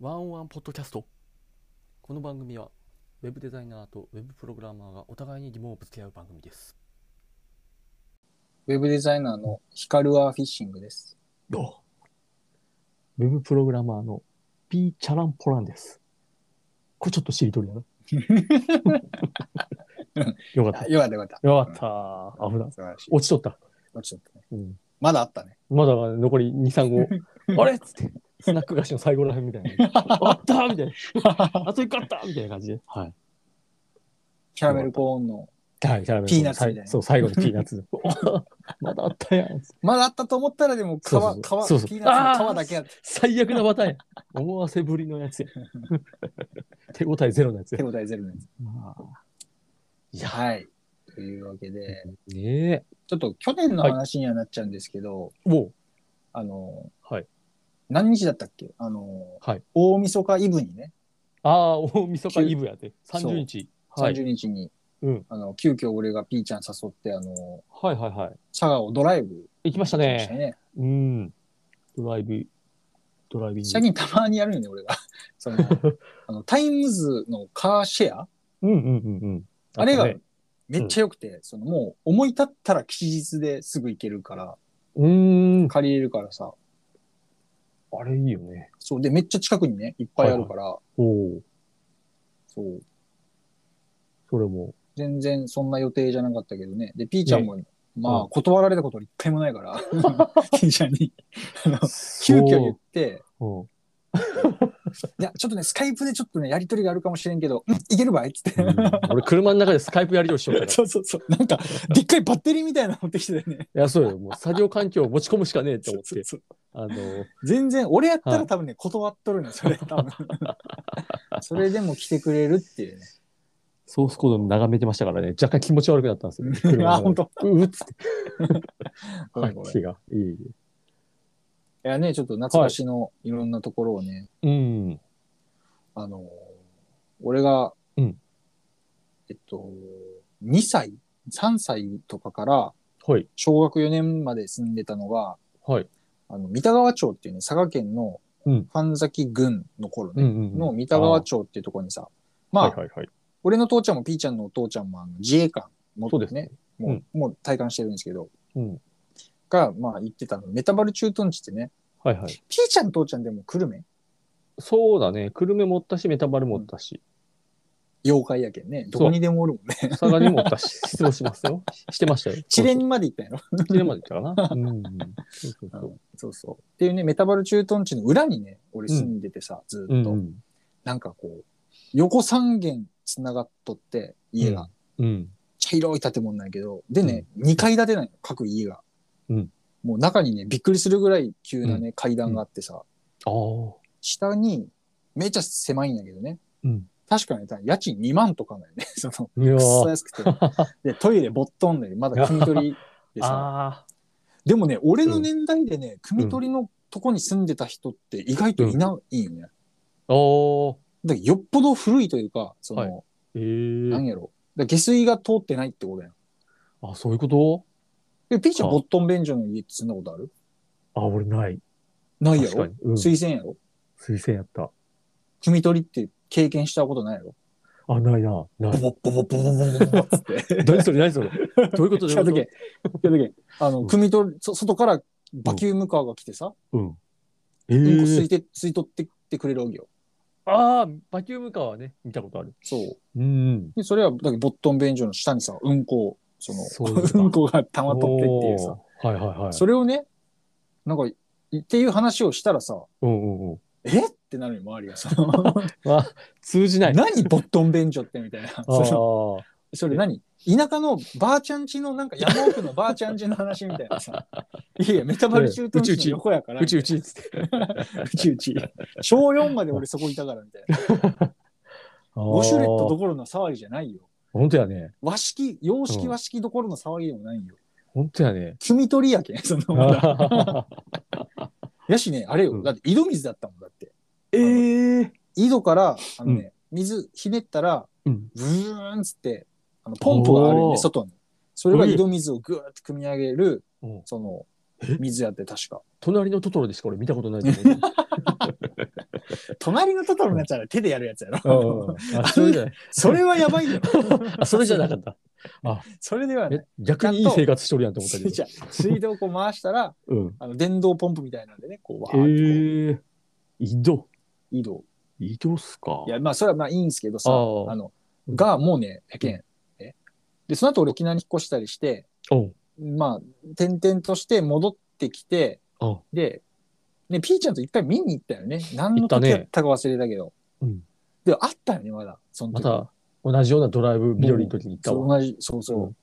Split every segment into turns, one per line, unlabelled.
ワンオンワンポッドキャストこの番組はウェブデザイナーとウェブプログラマーがお互いに疑問をぶつけ合う番組です
ウェブデザイナーのヒカルアーフィッシングです。
どうウェブプログラマーの P チャランポランですこれちょっとしりとりだな よかっ
あ
た
よかったよかった。
よかった危な
素晴らしい。
落ちとった、
落ちちゃったね。
うん、
まだあったね。
まだ残り23号 あれっつってスナック菓子の最後らへんみたい なあったーみたいなあと一個あったーみたいな感じではい
キャラメルコーンの。
はい、キャラメル
ピーナッツみたいな
さそう、最後のピーナッ ツ。まだあったやん。
まだあったと思ったらでも皮、皮、
そうそうそうそう
ピーナッツの皮だけあって
最悪なパターンや。思わせぶりのやつ や。手応えゼロのやつ
手
や。
応えゼロの や
い
つ。
や、
はい。というわけで、
ねえ。
ちょっと去年の話にはなっちゃうんですけど、
も
あの、
う、はい。
何日だったっけあの、
はい
大晦日イブにね、
ああ、大晦日イブやって。
そう
30日。はい。
30日に、
うん
あの急遽俺がピーちゃん誘って、あの、
はいはいはい。
佐賀をドライブ
行きました
行きました
ね。
ね。
うん。ドライブ、ドライビング。
最近たまにやるよね、俺 が。その、あの、タイムズのカーシェア
うんうんうんうん。
あれが
ったね
めっちゃ良くて、そのもう思い立ったら吉日ですぐ行けるから、
うーん。
借りれるからさ、
あれいいよね。
そう、で、めっちゃ近くにね、いっぱいあるから、
おお。
そう、
それも。
全然そんな予定じゃなかったけどね。で、ピーちゃんも、まあ、
うん
断られたこと一回もない から、ピーちゃんに、あの、 急遽言って、
そう。
いや、ちょっとね、スカイプでちょっとね、やりとりがあるかもしれんけど、うん、いけるばいっつって。
うん、俺、車の中でスカイプやりとりしようから。
そうそうそう。なんか、でっかいバッテリーみたいなの持ってきてたよね。
いや、そうよ。もう作業環境を持ち込むしかねえって思っ
そう
て。
そう
あの、
全然、俺やった
は
ら
い
多分ね、断っとるのよ、それ、多分。 それでも来てくれるっていうね。
ソースコード眺めてましたからね、若干気持ち悪くなったんですよ。車
あ、
の
本
中
当。
でううっつって、
ごめんごめんい
気が。いい。
やね、ちょっと夏越しのいろんなところをね、
うん。
あのー、俺が、
うん
えっと、2歳、3歳とかから
はい。
小学4年まで住んでたのが、
はい。
あの、三田川町っていうね、佐賀県の
うん
神崎郡の
う
頃
ん
ね、
うんうん。
の三田川町っていうところにさ、
あー
ま
は
あ、
いはいはい。
俺の父ちゃんもピーちゃんのお父ちゃんもあの自衛官も
そうですね。
もう、もう体感してるんですけど、
うん。
が、まあ言ってたの、メタバル駐屯地ってね、
はいはい。
ピーちゃん父ちゃんでも久留米
そうだね。久留米持ったし、メタバル持ったし、
妖怪やけんね、どこにでもおるもんね。
佐賀にも持ったし、 失礼しますよ。してました よ。
知連まで行ったんやろ。
そうそう。知連まで行った かな。うんうん。そうそう
う
そ
ん
う。
そうそう。っていうね、メタバル駐屯地の裏にね、俺住んでてさ、ず
う
ーっ
ん
と、
うん。
なんかこう、横三軒つながっとって、家が、
うん。
茶色い建物なんやけど、でね、二2階建てなんよ、各家が。
うん
もう中にね、びっくりするぐらい急なね、階段があってさ、
ああ。
下に、めっちゃ狭いんやけどね。
うん
確かに、家賃2万とかなんよね。その、
いや
くっそ
ー
安くて。で、トイレぼっとんで、まだ組取りでさ。
あ
でもね、俺の年代でね、組取りのとこに住んでた人って意外といないんよね。
ー。おー。
だからよっぽど古いというか、その、
はいえ
なん
ー。
やろ。だから下水が通ってないってことやん。
あ、そういうこと
え、ピーちゃん、
あ
ボットン便所の家って住んだことある
あ、俺ない。
ないや
確か
ろ
に。うん
推薦やろ
推薦やった。
汲み取りって経験したことないやろ
あ、ないな。ない。
ボボボボボボボボボつって。
何それ何それどういう こと
聞かとけ。聞かとけ。あの、
うん
汲み取り、そ外からバキュームカーが来てさ、
うん。え
うんこ吸
ー
い、て、吸い取ってってくれるわけよ。
ああ、バキュームカーはね、見たことある。
そう。
うん。
で、それは、だからボットン便所の下にさ、うんこを、その、
そう
う
ですか
んこが溜まっとってっていうさ。
おーはいはいはい。
それをね、なんか、いっていう話をしたらさ、
うんうんうん。
えってなるよ、周りが。その
あ、通じない。
何ボットン便所ってみたいな。
ああー。
そのそれ何田舎のばあちゃんちの、なんか山奥のばあちゃんちの話みたいなさ。いやいや、メタバル駐屯地の横やから。
うちうちっつって。
うちうち。小4まで俺そこいたからみたい な。
あ
ウォシュレットど
こ
ころの騒ぎじゃないよ。
本当やね。
和式、洋
う
式
ん
和式どころの騒ぎでもないよ。
本当やね。
汲み取りやけん、 そのまだ。
あ
やしね、あれよ。だって井戸水だったもんだって。
えー。
井戸から、あのね、水ひねったら、
うん。
ブーンっつって、あのポンプがあるよ
おー
ね、外に。それが井戸水をぐーって汲み上げる、
うん
その、水やって確か。
隣のトトロでしか俺見たことないと思う。
隣のトトロになっちゃら手でやるやつや
うん
ろ。
うんうんあ、それじゃない。
それはやばいよ。
あ、それじゃなかった。
それでは、
え
ね、、
逆にいい生活しとるやんって思 ったけ
じ
ど。
ゃあ水道をこう回したら、
うん。
あの電動ポンプみたいなんでね、こう、わ
え
ーってこ
ー、移動。
う移動。
移動っすか
い。や、まあ、それはまあいいんですけどさ、
あ
あ
あ
の、が、もうね、やけん。ねで、その後俺沖縄に引っ越したりして、
うん。
まあ、転々として戻ってきて、
あ
で、ね、ピーちゃんと一回見に行ったよね。何
行っ
の
たね
時だったか忘れたけど。
うん
で、あったよね、まだ。その
ま
時。
た同じようなドライブ日和の時に行った
そう
わ。
同じ、そうそう。
うん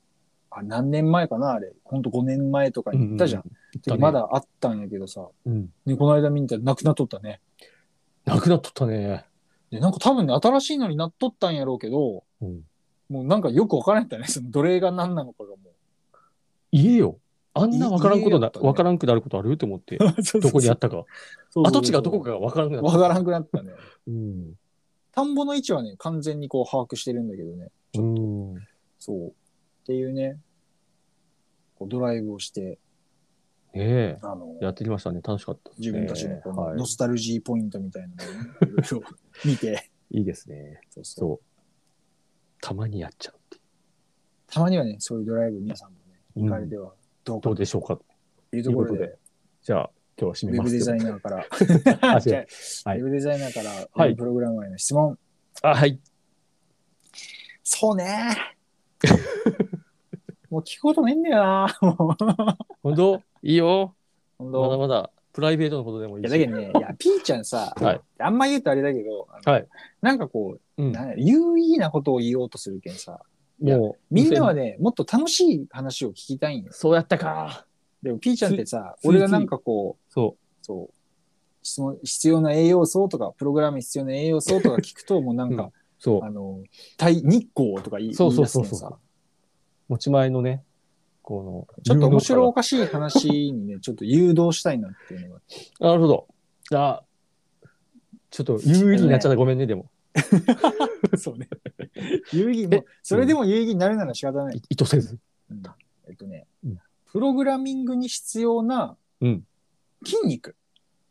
あ何年前かな、あれ。ほんと5年前とかに行ったじゃん。
う
で
たね
まだあったんやけどさ、
うん。
ね、この間見に行ったらなくなっとったね。
なくなっとったね。
で、なんか多分ね、新しいのになっとったんやろうけど、
うん。
もうなんかよくわからんやったね。その奴隷が何なのかがもう。
言えよ。あんなわからんこと
言えよ
な
っ、てね
わからんくなることあるって思っ て、どこにあったか。
そうそうそう
跡地がどこかがわからんくなった。
わからんくなったね。
うん。
田んぼの位置はね、完全にこう把握してるんだけどね。
うん。
そう。っていうね、こうドライブをして、
ねえ。
あの、
やってきましたね。楽しかったですね。
自分たちのこの
は
ノスタルジーポイントみたいなの をね、いろいろ見て、
い。いいですね。
そうそう
そう。たまにやっちゃうってい
たまにはね、そういうドライブ皆さんもね、
う。
行かれ
うん
てはどうか
どう
と
でしょうか。
いうところ
という
で、
じゃあ、今日は締
ウ
め
ェ
ま
ブ
す
デ
けど
ザイナーから
あ違う
じゃあ、
はい
ウェブデザイナーから、
はい
プログラマーへの質問。
あ、はい。
そ うね。もう聞くことねえんだよな。もう
本 当いいよ。
本
まだ
当。
まだ、プライベートのことでもい
い
い
や
し。
だけどね、いや、ピーちゃんさ、
はい
あんま言うとあれだけど、あの
はい
なんかこ
う
う、
ん
なんや有意義なことを言おうとするけんさ、
もう、
みんなは
ね、
ね、もっと楽しい話を聞きたいんよ。
そうやったか。
でも、ピーちゃんってさ、
つい
俺がなんかこう、
そ
そう、質問必要な栄養素とか、プログラムに必要な栄養素とか聞くと、もうなんか、
う、そう
あ。の、対日光とか言い
そうそう
言い出す
そう
の
そう
さ、
持ち前のね、この、
ちょっと面白お
か
かしい話にね、ちょっと誘導したいなっていうのが。
なるほど。あ、ちょっと有意義になっちゃったごめんね、でも。
そうね。有意義も
え、
それでも有意義になるなら仕方ない
い。意図せず。
うんえっとね、
うん
プログラミングに必要な
うん
筋肉、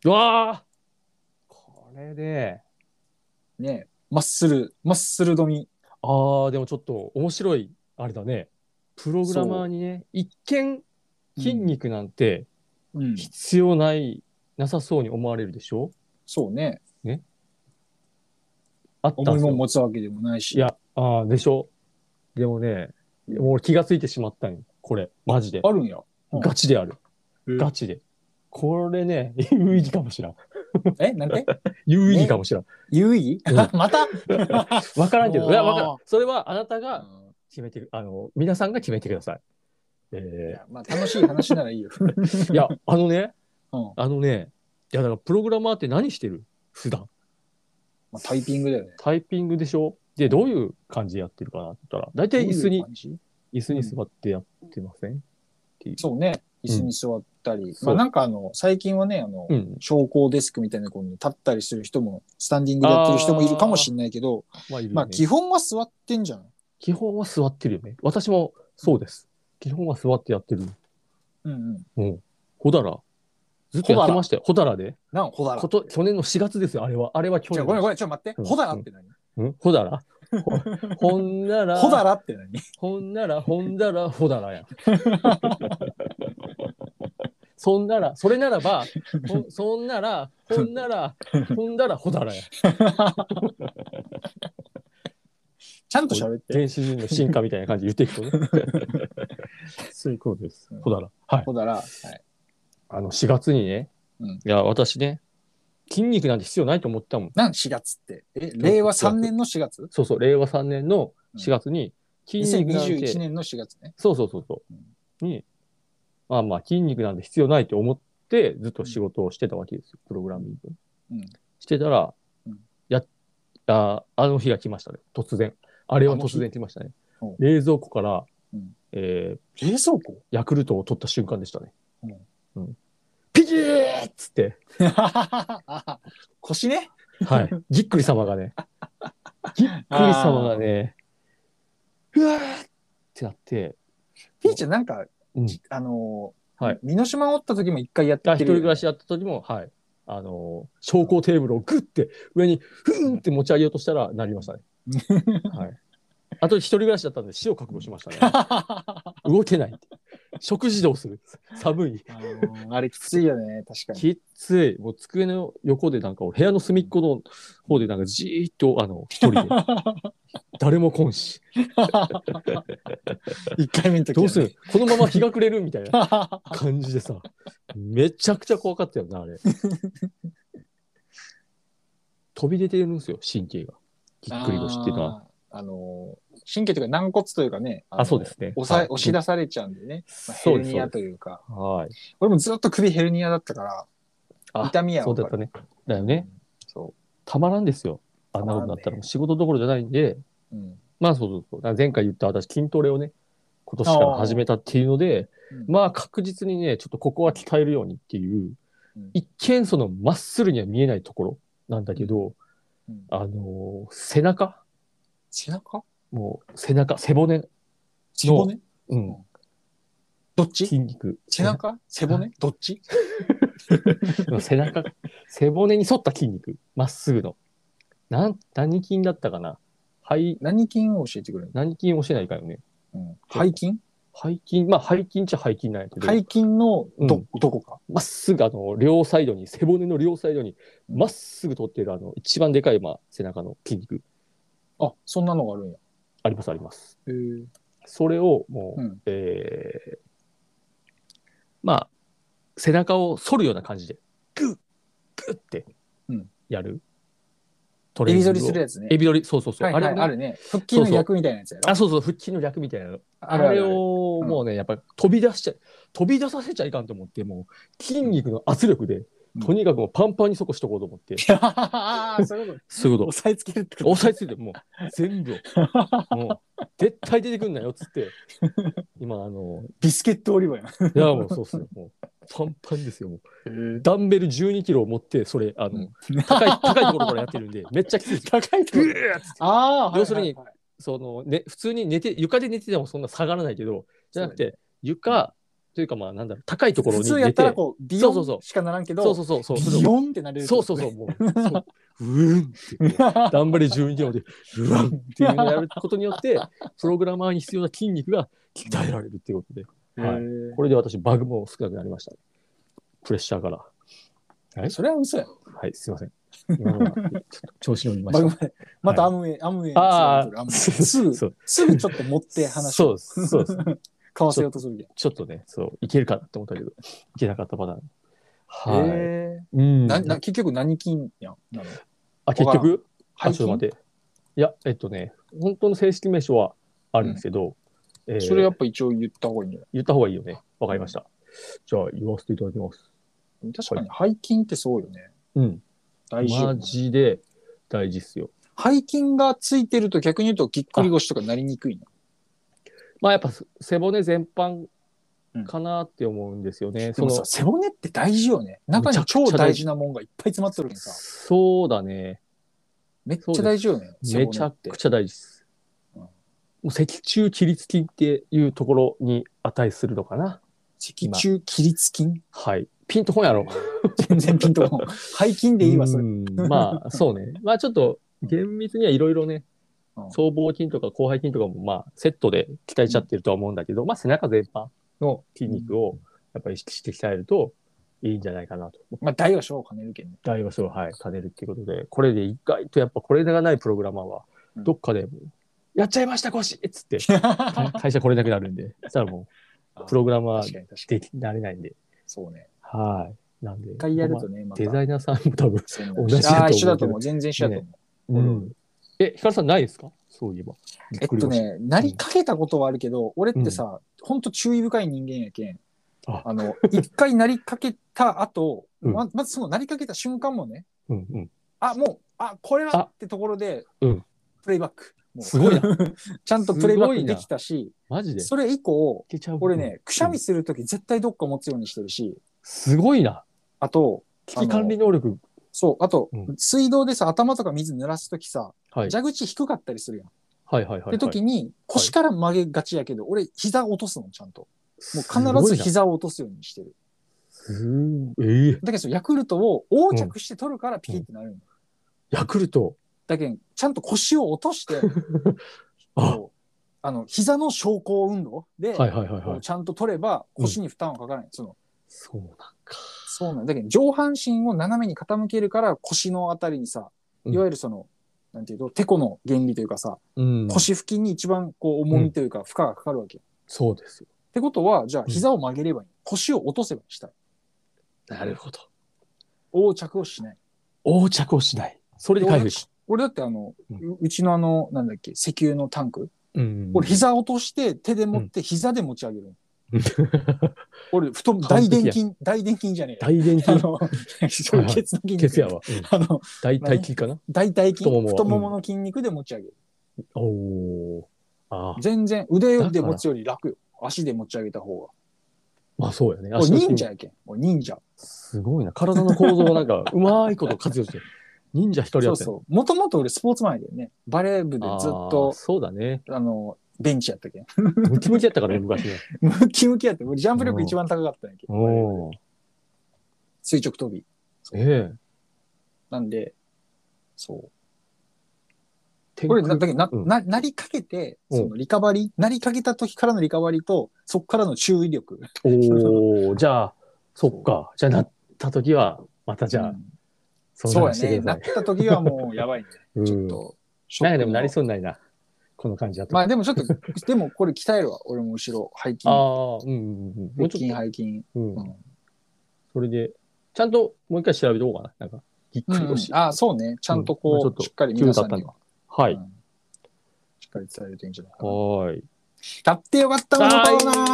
うわあこれで、
ね、マッスル、マッスルドミ。
ああでもちょっと面白い、あれだね。プログラマーにね、一見、筋肉なんて
うん、
必要ない、なさそうに思われるでしょ
そうね。
あったん
重
で
い
す
もん
よ。
持つわけでもないし。
いや、ああでしょでもね、もう俺気がついてしまったんよ。これ、マジで。
あるんや。うん
ガチである。
え
ガチで。これね、 有意義かもしらん。
え、な んて
有意義かもしらん。
有意義
う
また、
わからんけ
お
ど、
ー
いや、わからん。それはあなたが決めてる、あの、皆さんが決めてください。
い
え
やまあ、楽しい話ならいいよ。
ー、いや、あのね、
うん
あのね、いや、だからプログラマーって何してる普段。
まあ、タイピングだよね。
タイピングでしょで、どういう感じでやってるかなって言ったら、大体椅子
ど
に
ういう、感じ
椅子に座ってやってません
そうね。椅子に座ったり。
そう
まあ、なんかあの、最近はね、あの、
うん。
昇降デスクみたいなところに立ったりする人も、スタンディングでやってる人もいるかもしれないけど、
まあ、いるよね
まあ、基本は座ってんじゃん。
基本は座ってるよね。私もそうです。基本は座ってやってる。
うんうん。
ほだら。ずっとやってましたよ。ほだらで。
なん、ほだら
こ。と去年の4月ですよ、あれは。あれは去
じゃあ
年
ごめんご
の。
めん、ちょっと待っ
う
て。
ん
ほだらって何
んほだら ほほんなら、
ほだらって何
ほんなら、ほんだら、ほだらやん。 そんなら、それならば、ほんそんなら、ほんなら、ほんだら、ほだらやん。
ちゃんと喋って。
原始人の進化みたいな感じで言っていくとね。 そういうことです
うん
ほだら。はい。
ほだら。はい。
あの、4月にね、
うん
いや、私ね、筋肉なんて必要ないと思ってたもん。
なん、4月って。え、令和3年の4月
そうそう、令和3年の4月に、筋肉なんて、
?2021 年の4月ね。
そうそうそうそう、に、まあまあ、筋肉なんて必要ないと思って、ずっと仕事をしてたわけですよ、プログラミング。
うん。
してたら、
うん
やあ、あの日が来ましたね、突然。あれは突然来ましたね
あの日。
冷蔵庫から、
うん
えー
冷蔵庫
ヤクルトを取った瞬間でしたね。うんピキーっつって、
あ 腰ね。
はい、 ぎっくり様がね、ぎっくり様がね、うわーってなって、
ピーちゃん、なんか
うん、
あのー
はい、
美濃島おった時も一回やって
あ
る。
一人暮らしやった時も、はい。あの、昇降テーブルをグッて上に、ふーんって持ち上げようとしたら、なりま したね。はい。あと一人暮らしだったんで、死を覚悟しました ね。動けないって。食事どうする寒い。
あの あれきついよね、確かに。
きっつい。もう机の横でなんか、部屋の隅っこの方でなんかじーっと、あの、一 人で。誰も来んし。
一回目の時、
どう するこのまま日が暮れるみたいな。感じでさ、めちゃくちゃ怖かったよ な、あれ。飛び出てるんですよ、神経が。ぎっくり腰っていうのは。
あー。あのー、神経というか軟骨というかね、。
あ、そうですすね。
押
は
さ
い
押し出されちゃうんでね、まあ、ヘ
そう
ル
です
ニアというか、
はい。
俺もずっと首ヘルニアだったから、
あ
痛みや
そうだったね。だよね。
そ
たまらんですよ。あんなことになった
たまらん
ら、
ね
仕事どころじゃないんで、
う。うん。
まあそうそうそう。だから前回言った私、筋トレをね、今年から始めたっていうので、
うん
まあ確実にね、ちょっとここは鍛えるようにっていう、
うん
一見そのまっすぐには見えないところなんだけど、
うん
あのー背中
背中
もう背中、背骨、
背骨
うん、
どっち
筋肉。
背中背骨どっち
背中、背骨に沿った筋肉、まっすぐの。なん、何筋だったかな背、
何筋を教えてくれる
何筋をしてないかよね。
の、うん、背筋
背筋、まあ背筋っちゃ背筋なんやけど、
背筋のど、
うん
どこか。
まっすぐあの、両サイドに、背骨の両サイドに、まっすぐ通ってるあの、一番でかい、まあ、背中の筋肉、
あ、そんなのがあるんや。
ありますあります。
へー
それをもう、
うん
えーまあ、背中を反るような感じで、グッ、グッって
うん、
やる。ト
エビ
を
反りするやつね。
エビ反り、そうそうそう。
はいはい、
あれ
ある
をね
ね。腹筋の役みたいなやつやろ。
あ、そうそう、腹筋の略みたいなの。
あ
あ
るあ
れ
るある
を、もうね、やっぱ飛び出しちゃ、飛び出させちゃいかんと思って、もう筋肉の圧力で、
うん
とにかくもうパンパンにそこしとこうと思って、
あ ーそういうこと。
そういう こと。
押さえつけるってこと。
押さえついて、もう全部 を。もう、絶対出てくんなよ、っつって。今、あの、
ビスケットオリバやな。
いや、もうそうっすよ。もう、パンパンですよ。もう
高
ダンベル12キロを持って、それ、あの、高い、高いところからやってる んで、めっちゃきついですよ。
高いと
ぐ
こ
ー
ろ。
っつって
ああ、
要するに
はいはいはい
そのね、普通に寝て床で寝ててもそんな下がらないけどじゃなくて床というかまあなんだろう高いところ
普
に
通や
寝
った
て
らこう、ビ
そうそうそ
ヨン
う
しかならんけど、
そうそうそうそうそれ
ビ
を
ヨンってなれる。
そう そうそうもうそううーんってこうダンベル12キロでうわんっていうのをやることによってプログラマーに必要な筋肉が鍛えられるっていうことで
へ
はい
ー
これで私バグも少なくなりました、ね、プレッシャーから
それは嘘や。
はいすいません今のはちょっと調子乗りま
バグ
し
までまたアムウェイ、アムウェイにつ
た
な
あ
がるア
あ
ムウェイす
そう
ぐ、
そう
すぐちょっと持って話を
そうそう
交わせようとするけん。
ちょっとね、そう、いけるかなって思ったけど、いけなかったパターン。はい。
へー
うん。
なな結局何筋やん。なの
あ、結局
背
あ、ちょっと待って。いや、えっとね、本当の正式名称はあるんですけど、えー
筋それやっぱ一応言った方がいいんじゃな
言った方がいいよね。わかりました。じゃあ、言わせていただきます。
い確かに背筋ってそうよね。
うん。
大事よ
マ
ね。
ジで大事っすよ。
背筋がついてると逆に言うとぎっくり腰とかなりにくいの。
まあ、やっぱ背骨全般かなって思うんですよね。
でもさ、背骨って大事よね。中に超
むちゃくちゃ大
大
事
事なもんがいっぱい詰まってるけどさ。
そうだね。
めっちゃ大事よね。背
め
骨
ちゃ
って
くちゃ大事です。
うん
もう脊柱起立筋っていうところに値するのかな。
脊柱起立筋
はい。ピンとこんやろ。
全然ピンとこん。背筋でいいわ、それ。
うん まあ、そうね。まあちょっと厳密にはいろいろね
う、ん
僧帽筋とか広背筋とかもまあセットで鍛えちゃってるとは思うんだけど、まあ背中全般の筋肉をやっぱり意識して鍛えるといいんじゃないかなと。
まあ、大は小を兼ねるけんね。
大和をはい、兼ねるっていうことで、これで意外とやっぱこれがないプログラマーは、
うん
どっかでもう、やっちゃいました腰っつ って、会会社来れなくなるんで、そしたらもう、プログラマ
確
ー
かに確かに。
できなれないんで、
そうね。
はい。なんで、
一回やると
ま
ね、ま
あ
た
デ。ザイナーさんも多分、
そうな
同
ん
じ
で
だ
す
と思う
ああ、一緒だと思う。全然一緒だと思う。
うん。え、ヒカルさんないですかそういえば。
えっとね、なりかけたことはあるけど、俺ってさ、ほんと注意深い人間やけん。
あ
あの、一回なりかけた後、
うん
ままずそのなりかけた瞬間もね、
びっくりしました。うん
あ、もう、あ、これは
あ
ってところで、
うん
プレイバック。もう
すごいな。
ちゃんとプレイ
す
バ
ご
ッ
い
ク
な
できたし、
マジで。
それ以降、
けちゃう
俺、ね、くしゃみするとき絶対どっか持つようにしてるし、
すごいな。
あと、
危機管理能力。
そう、あと、
うん
水道でさ、頭とか水濡らすときさ、
はい。
蛇口低かったりするやん。っ
はいはいはいはい。
て時に、腰から曲げがちやけど、俺、膝落とすの、ちゃんと。もう
すご
必
い
ず
な
膝を落とすようにしてる。
すーええ
だけどそのヤクルトを横着して取るからピキってなるの、
ヤクルト。
だけどちゃんと腰を落として
あ、
こうあの膝の昇降運動で、
はいはいはい
こ
は
う
い。
ちゃんと取れば腰に負担はかからない、その
そうなんか。
そうなんだけど上半身を斜めに傾けるから腰のあたりにさ
うん
いわゆるその、なんていうとてこの原理というかさ
うん。
腰付近に一番こう重みというか負荷がかかるわけ、っ
そうですよ。
てことはじゃあ
うん
膝を曲げればいい、腰を落とせばいいしたい
なるほど。
横着をしない
横着をしない。それで回
俺だ
復
っ。て俺だってあの、
う
うんちのあのなんだっけ石油のタンク
うん
俺膝落として手で持って膝で持ち 上げる、俺太も
完
大
璧や
臀筋大臀筋じゃねえ
大電
あ
筋
のそういうケツの筋肉
血やわ。うん
あの
大体筋かな。
大腿筋
太も
太
も
も
は
もの筋肉で持ち上げる、
おおー。ああ。
全然腕で持つより楽よ足で持ち上げた方
まあそうやね。
が俺
足の筋
忍者やけん俺忍者
すごいな。体の構造をなん か、うまいこと活用してる。忍者一人
そ
や
う
ってん
そうもともと俺スポーツマンやけどねバレー部でずっ
あー
と
そうだね。
あのベンチやったけん
ムキムキやったからね、昔ね。
ムキムキやって俺ジャンプ力一番高かったんやけん
おお。
垂直跳び
ええ。
なんでそう
天
これ
空
なだけどな、
うん
ななりかけて
うん
そのリカバリーなりかけた時からのリカバリーとそこからの注意力
おお。じゃあ、そっか。じゃあ、なった時は、ま たじゃ
う
あ、
ん
相
そう
談
や
して
ね
くだ
な
さ
っ
い。
た時はもうやばいね
うん
ちょっとショッ
なん
ク
かでもなりそうにないな。この感じだと。
ま
あ
あでもちょっと、 でもこれ鍛えるわ。俺も後ろ、 背筋。
あ
腹
ー、うんうんうん。もう
筋、
ちょっ
背筋。
と、う
うんん。
それで、ちゃんともう一回調べておこうかな。なんか、ぎっ
う
くり
ん、
腰。
ああ、そうね。ちゃんとこ
うんま
う、
あちょっと
しっかり皆さんには、
は
う
い。
んしっかり伝えるといいんじゃないかな。
はーい。
だってよかったもの
あー
コーナー
よか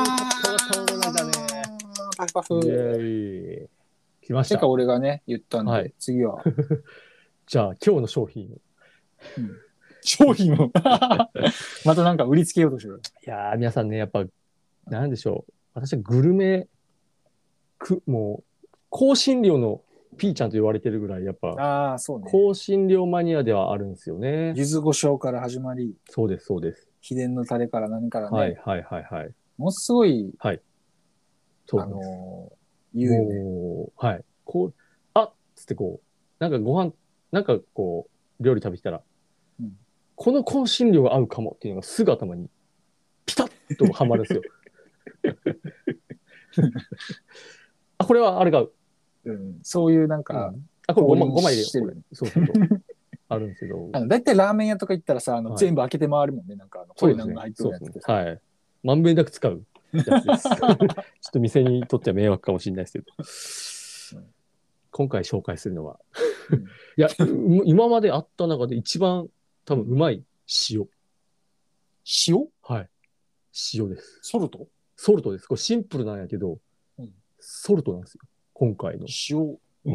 ったものコーナーだね。
パフパ
イ
フ。
ェーイ。来ました
てか。俺がね、言ったんで、
はい
次は。
じゃあ、今日の商品。
商品 を。またなんか売りつけようとしてる。
いやー、皆さんね、やっぱ、なんでしょう。私はグルメ、く、もう、香辛料のピーちゃんと言われてるぐらい、やっぱ、
ああ、そうね。
香辛料マニアではあるんですよね。
柚子胡椒から始まり、
そうです、そうです。
秘伝のタレから何からね、
はい、はい、はい、はい。
ものすごい、
そう
あ
なんです。
のー、言うよね。
もうはい。こう、あっつってこう、なんかご飯、なんかこう、料理食べてたら、
うん
この香辛料が合うかもっていうのがすぐ頭に、ピタッとはまるんです よ。あ、これはあれが合う。
うん、そういうなんか、
うんあ、これごま、
降臨
ごま入れよ
してるよね
う。そうそう そう。あるんですけど。
あの、だいたいラーメン屋とか行ったらさ、あの、
はい
全部開けて回るもんね。なんか、あの、
そ
こ
う
れ
で
な
す
ん
ね
か入っ。て
そ
る
う
や
です
つっ
ね
て。さ。
はい。まんべんなく使うやつです。ち ょっと店にとっては迷惑かもしれないですけど
うん。
今回紹介するのは
うん、
いや、う今まであった中で一番多分うまい塩。
塩
はい。塩です。
ソルト
ソルトです。これシンプルなんやけど
うん、
ソルトなんですよ。今回の。
塩、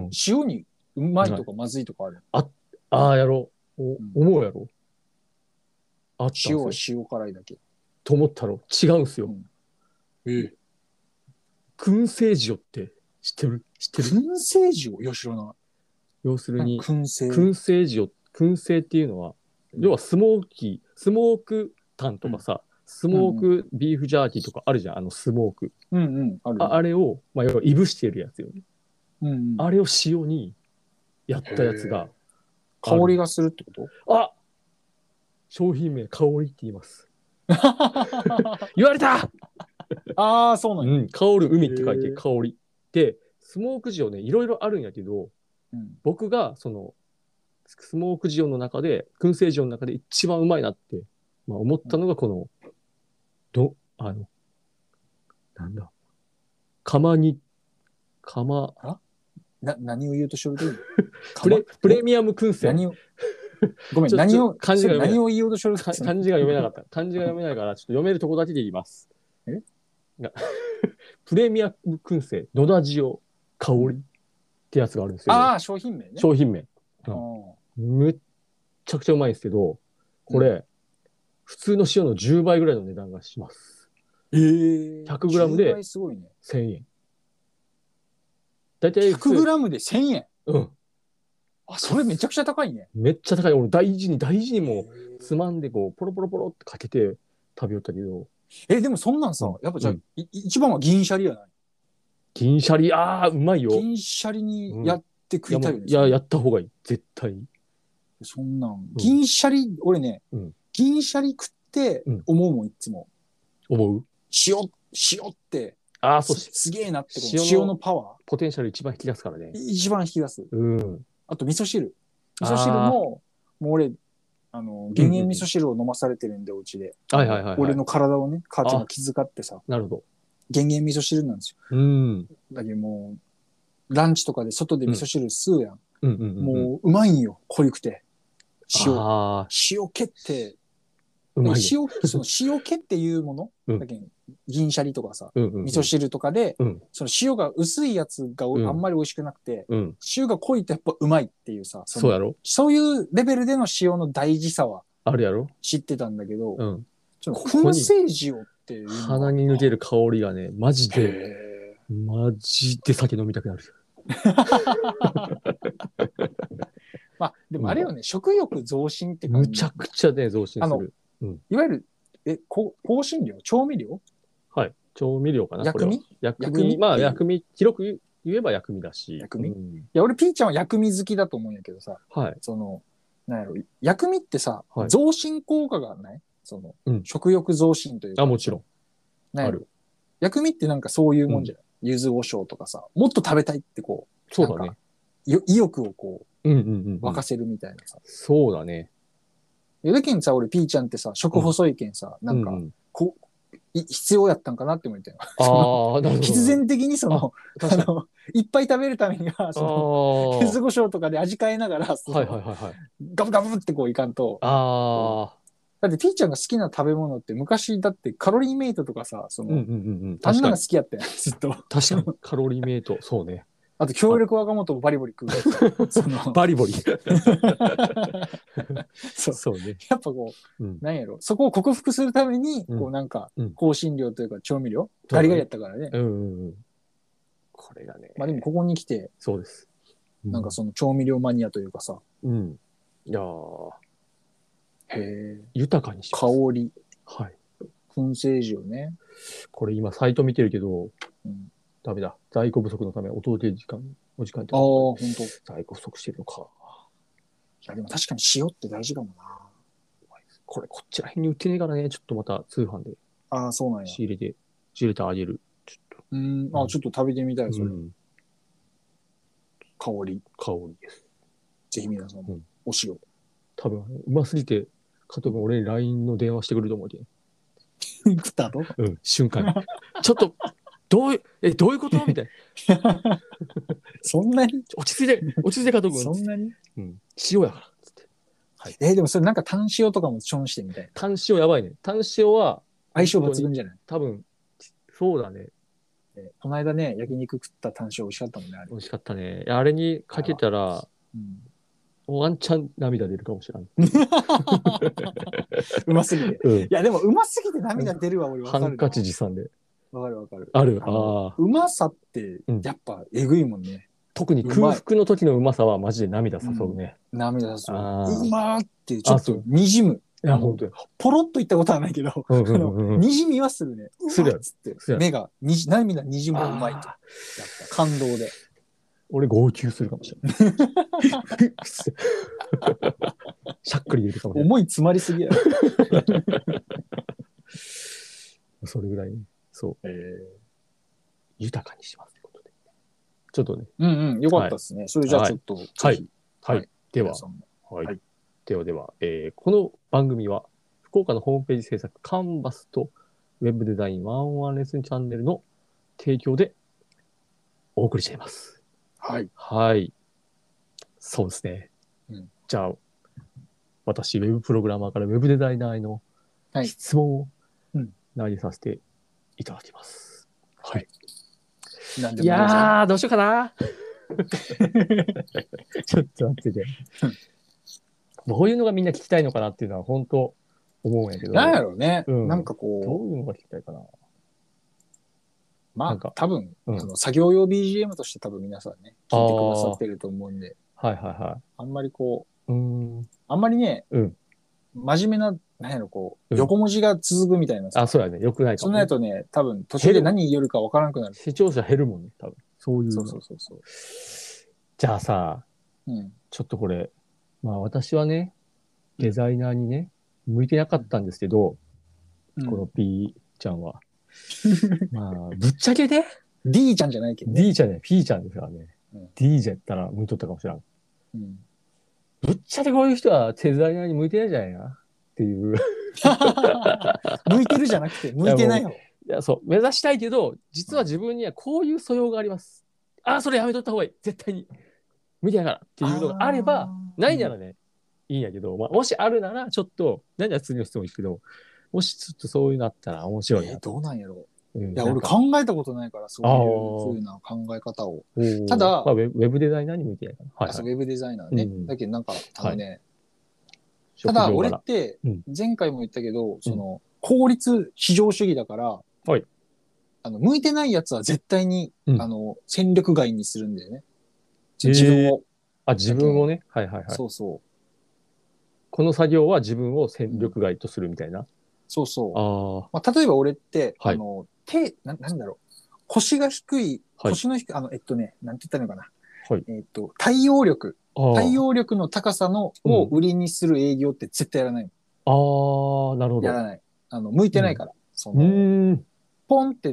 うん
塩にうまいとかまずいとかある。
ああ、やろう。お
ん
思うやろ。あったんです
塩は
よ。
塩辛いだけ。
と思ったら違うんですよ。
ええ。
燻製塩って知ってる知ってる
燻製塩いや、知らな
要する
い。
に、
燻製。
燻製塩、燻製っていうのは、
うん
要はスモーキー、スモークタンとかさ、スモークビーフジャーキーとかあるじゃん、あのスモーク。
うんうん、ある、
ああれを、まあ、要はいぶしてるやつよね。
うんうん、
あれを塩にやったやつが、
香りがするってこと
あ商品名、香りって言い ます。言われた
ああ、そうなんや。
うん、香る海って書い
へ
て
ー
香り。で、スモーク塩ね、いろいろあるんやけど、
うん
僕がそのスモーク塩の中で燻製塩の中で一番うまいなって、まあ、思ったのがこのどあのなんだ釜に釜
な何を言うとしょると いうの
プレプレミアム燻製
何をごめ
ち
ん、
ょ
何
ちょ
を、
漢字が読めない
何を言おうとしょる
か
と
漢字が読めなかった漢字が読めないからちょっと読めるとこだけで言います
え
な プレミアム燻製野田塩香りってやつがあるんですよ
ああ、商品名ね。
商品名
あ
むっちゃくちゃうまいんですけど、これ、普通の塩の10倍ぐらいの値段がします。
ええー。
100g で
10倍すごいね。
1000円。だいたい普通
100g で1000円。
うん。
あ、それめちゃくちゃ高いね。
めっちゃ高い。俺大事に大事にもうつ
う。
まんでこう、ポロポロポロってかけて食べよったけど、
え、でもそんなんさ、やっぱじゃあ、
うん
い一番は銀シャリやない。
銀シャリ、ああ、うまいよ。
銀シャリにやって食いたいよね。
いや、やった方がいい。絶対に。
そんなん。銀シャリ、俺ね
うん、
銀シャリ食って思うもん、いつも。
思う
塩、塩って、
ああ、そう
すすげえなってこの
塩の
塩のパワ
ポテンシャル一番引き出すからね
ー、。一番引き出す。
うん。
あと味噌汁。味噌汁
あー
も、もう俺、あの、減塩味噌汁を飲まされてるんで、お家で。
はいはいはいはい
俺の体をね、母ちゃんが気遣ってさ、
なるほ
減塩味噌汁なんですよ。
ど。うん。
だけどもう、ランチとかで外で味噌汁吸うやん。
うんうんうん。
もう、うまいんよ、濃いくて。塩。
ああ、
塩気って、
うまいね。
塩、その塩気っていうも
うん
の、だけど銀シャリとかさ、
うんうんうん
味噌汁とかで、
うん
その塩が薄いやつがお
うん
あんまり美味しくなくて、
うん。
塩が濃いとやっぱうまいっていうさ、その
そうやろ
そういうレベルでの塩の大事さは
あるやろ
知ってたんだけど、
うん。
ちょっと
ここ
燻
に
製塩っていうのが
鼻に抜ける香りがね、マジ
へ
で、
え
マジで酒飲みたくなる。
まあ、でもあれよね、食欲増進って感
む
じ。
ちゃ
い
くちゃね、増進
あ
す
の
る。
わゆる、え、こ香辛料調味料
はい。調味料かな、これ
薬
は
味い
薬
薬味
味、ま
っ
あ
ていう
薬味、広く言えば薬味だし。
薬味
うん
や、俺、ピーちゃんは薬味好きだと思うんやけどさ、
はい。
その、なんやろ、薬味ってさ、
はい
増進効果がないその、
うん
食欲増進というか。
あ、もちろん。
なんやろ
あ
薬味ってなんかそういうもんじゃない、柚子胡椒とかさ、もっと食べたいってこ
そうだ
なん
ね
か。う、よ意欲をこ
うんうんうん
う、
う
沸
ん
か。せるみたいなさ。
そうだね。
ゆでけんさ、俺、ピーちゃんってさ、食細いけんさ、なん
う
か、
う
こう、い必要やったんかなって思ったよ。
ああ、なるほど。
必然的にその、あ
確かに。
の、いっぱい食べるためには、
あ
そ
あ
の、柚子
ー。
胡椒とかで味変えながら、その
はいはいはいはい。
ガブガブってこういかんと。
ああ。
だって、ピーちゃんが好きな食べ物って、昔だってカロリーメイトとかさ、そ
うんうん
の、
うんうん。
あん
確
な
か
の
に
好。きやったよ、ずっと。
確かに。カロリーメイト。そうね。
あと、強力若元をバリバリ食 う。 その、
バリバリ。
そう
そうね。
やっぱこう、
うん
なんやろ、そこを克服するために、
うん
こうなんか
うん、
香辛料というか調味料、
そうだね
ガリガリやったからね。
うんうんうん。これがね。
まあでも、ここに来て、
そうです。
なんかその調味料マニアというかさ、
うん。うん。いやー
へえ、
豊かにします
香り、
はい。
燻製塩ね。
これ今サイト見てるけど、
うん
ダメだ。在庫不足のためお届け時間、お時間
ああ、ほんと。い
在庫不足してるのか。
や、でも確かに塩って大事かもな。
これこっちら辺に売ってねえからね、ちょっとまた通販で
ああ、そうなんや。
仕入れて、仕入れてあげる。ちょ
うん、あちょっと食べてみたい、
っと、
それ。
うん、
香り。
香りです。
ぜひ皆さん
う
も
ん、
お塩。
多分、うますぎて、加藤君俺に LINE の電話してくると思うけど、
食ったと
うん、瞬間 に。ちょっと、どうい、え、どういうことみたいな。
そんなに
ちょ落ち着いて、落ち着いて加藤
そ
君。
んなに
うん、塩やから。つって。
えーでもそれなんか単塩とかもチョンしてみたいな。
単塩やばいね。単塩は、
相性抜群じゃない
多分、そうだね。
えーこの間ね、焼肉食った単塩美味しかったもんね、あれ。
美味しかったね。あれにかけたら、
うん
ワンチャン涙出るかもしれない。
うます ぎて。いや、でもうますぎて涙出るわ、俺わ
ハ
かるな。
ンカチ持参で。
わかるわかる。
ある。
あの
ああ。
うまさって
うん、
やっぱ、えぐいもんね。
特に空腹の時のうまさはマジで涙誘うね。
涙する。う
あー
まーって、ちょっ
あそ
と
う、
にじむ。
いや、本当に。
ポロっといったことはないけど、
うんうんうんうん。
にじみはするね。うわ
するや
っ
ろ
つって
するや。ろ
目が、にじ涙にじむのうまいと。
あー
やっぱ感動で。
俺、号泣するかもしれない。 しゃっくり出るかもしれない。
思い詰まり すぎやろ。
それぐらい、そう、豊かにしますということで。ちょっとね。
うんうん、よかったですね。それじゃあちょっと、ぜひ
はいはい。
はい
では
皆、さんも
はい
はい
ではでは、えーこの番組は、福岡のホームページ制作カンバスと、ウェブデザインワンワンレッスンチャンネルの提供でお送りしています。
はい。
はい。そうですね。
うん
じゃあ、私、ウェブプログラマーからウェブデザイナーへの
はい
質問を
うん
投げさせていただきます。はい。
なんで
い
もどうぞ
やー、どうしようかな。 ちょっと待ってて
うん。
どういうのがみんな聞きたいのかなっていうのは本当思うんやけど。
なんやろうね。
うん
なんか
ど
こ
ういうのが聞きたいかな。
う、ま
なん
あ
か、
多分、
うん
あの作業用 BGM として多分皆さんね、聞いてくださってると思うんで、
はいはいは
あんまり
い。
こう、
うーん。
あんまりね、
うん
真面目ななんやろ、こ
う
う、
ん
横文字が続くみたいなさ。
あ、そうやね。よくないか
そ
も、
んなん
ね
や。とね、多分途中で何言えるかわからなくなる。
視聴者減るもんね、多分。そういう
そ
の
うそうそうそう。
じゃあさ、
うん。
ちょっとこれ、まあ私はね、デザイナーにね、向いてなかったんですけど、
うん
この P ちゃん は。まあ、ぶっちゃけね、
D ちゃんじゃないけどね。
D ちゃんね、P ちゃんですからね
うん。
D じゃったら向いとったかもしれん。
うん
ぶっちゃけこういう人はデザイナーに向いてないんじゃないかなって いう。
向いてるじゃなくて、向いてないよ。
いや、そう、目指したいけど、実は自分にはこういう素養があります。ああ、それやめとった方がいい。絶対に。無理やから。っていうのがあれば、
ー
ないならね、いいんやけど、まあ、もしあるなら、ちょっと、何や次の質問行くけど、もしちょっとそういうのあったら面
え
白いな。
ーどうなんやろ
うん
いや、
なん
俺
か
考えたことないから、そう
あー
いうふうな考え方を。
おー
ただ
まあ、ウェブウェブデザイナーに向いてないかな。はい、
あ
は
そう
い。
ウェブデザイナーね。
うん
だけどなんか、多分ね、
職
ただ
業
俺
柄
って
うん、
前回も言ったけど、その、効率至上主義だから、
はい
あの、向いてないやつは絶対に、
うん
あの、戦力外にするんだよね。
へー
自分を。
あ、自分をね、はいはいはい。
そうそう。
この作業は自分を戦力外とするみたいな。
そうそう。
あ
まあ、例えば俺って、
はい
あの、手、ななんだろう。腰が低い、
はい
腰の低い、あの、えっとね、なんて言ったらいいのかな。
はい
えっと、対応力。
あ。ああ
対応力の高さの、
うん
を売りにする営業って絶対やらない。
あー、なるほど。
やらない。あの、向いてないから。そうの、
ーん。
ポンって、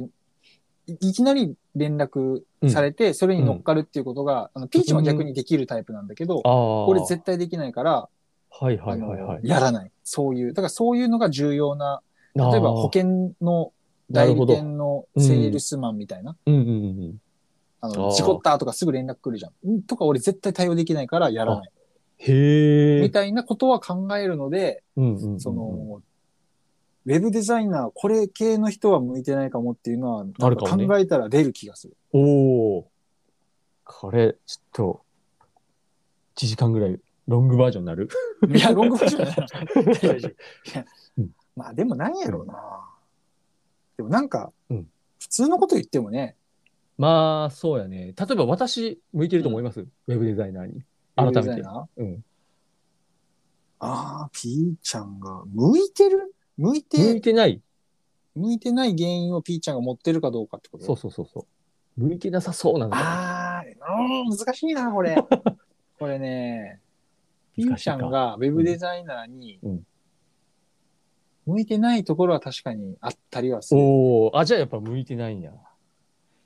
いいきなり連絡されて、それに乗っかるっていうことが、あの、ピーチは逆にできるタイプなんだけど、
ああ。
俺絶対できないから、
はいはい
あの
はいはい。
やらない。そういう、だからそういうのが重要な、
あー
例えば保険の
な
代
るほど
理店のセールスマンみたいな、
うんうんうんうん。
あ
あ
の、
ー
事故ったとかすぐ連絡来るじゃん。んとか俺絶対対応できないからやらない。
へ
み
え。
たいなことは考えるので、
うんうんうん
その、ウェブデザイナー、これ系の人は向いてないかもっていうのは、な
あ
ん
る
か
かもね
考えたら出る気が する。
おお。これ、ちょっと、1時間ぐらい、ロングバージョンにな る。
いや、ロングフィッシュじゃない。大丈夫
うん
まあでもなんやろうな。でもなんか、
うん
普通のこと言ってもね、
まあ、そうやね。例えば私、向いてると思います。ウェブデザイナーに。改め
ウェブデザイ
て。
ナー
うん。
ああ、ピーちゃんが、向いてる向い
向い
て、
てない。
向いてない原因をピーちゃんが持ってるかどうかってこと
そうそうそうそう。向いてなさそうなのか
ああ、うーん難しい な、これ。これね、ピー
難しい
ち
か
ゃんがウェブデザイナーに
うん、
向いてないところは確かにあったりはす
な。
る。
おお。あ、じゃあやっぱ向いてないんや。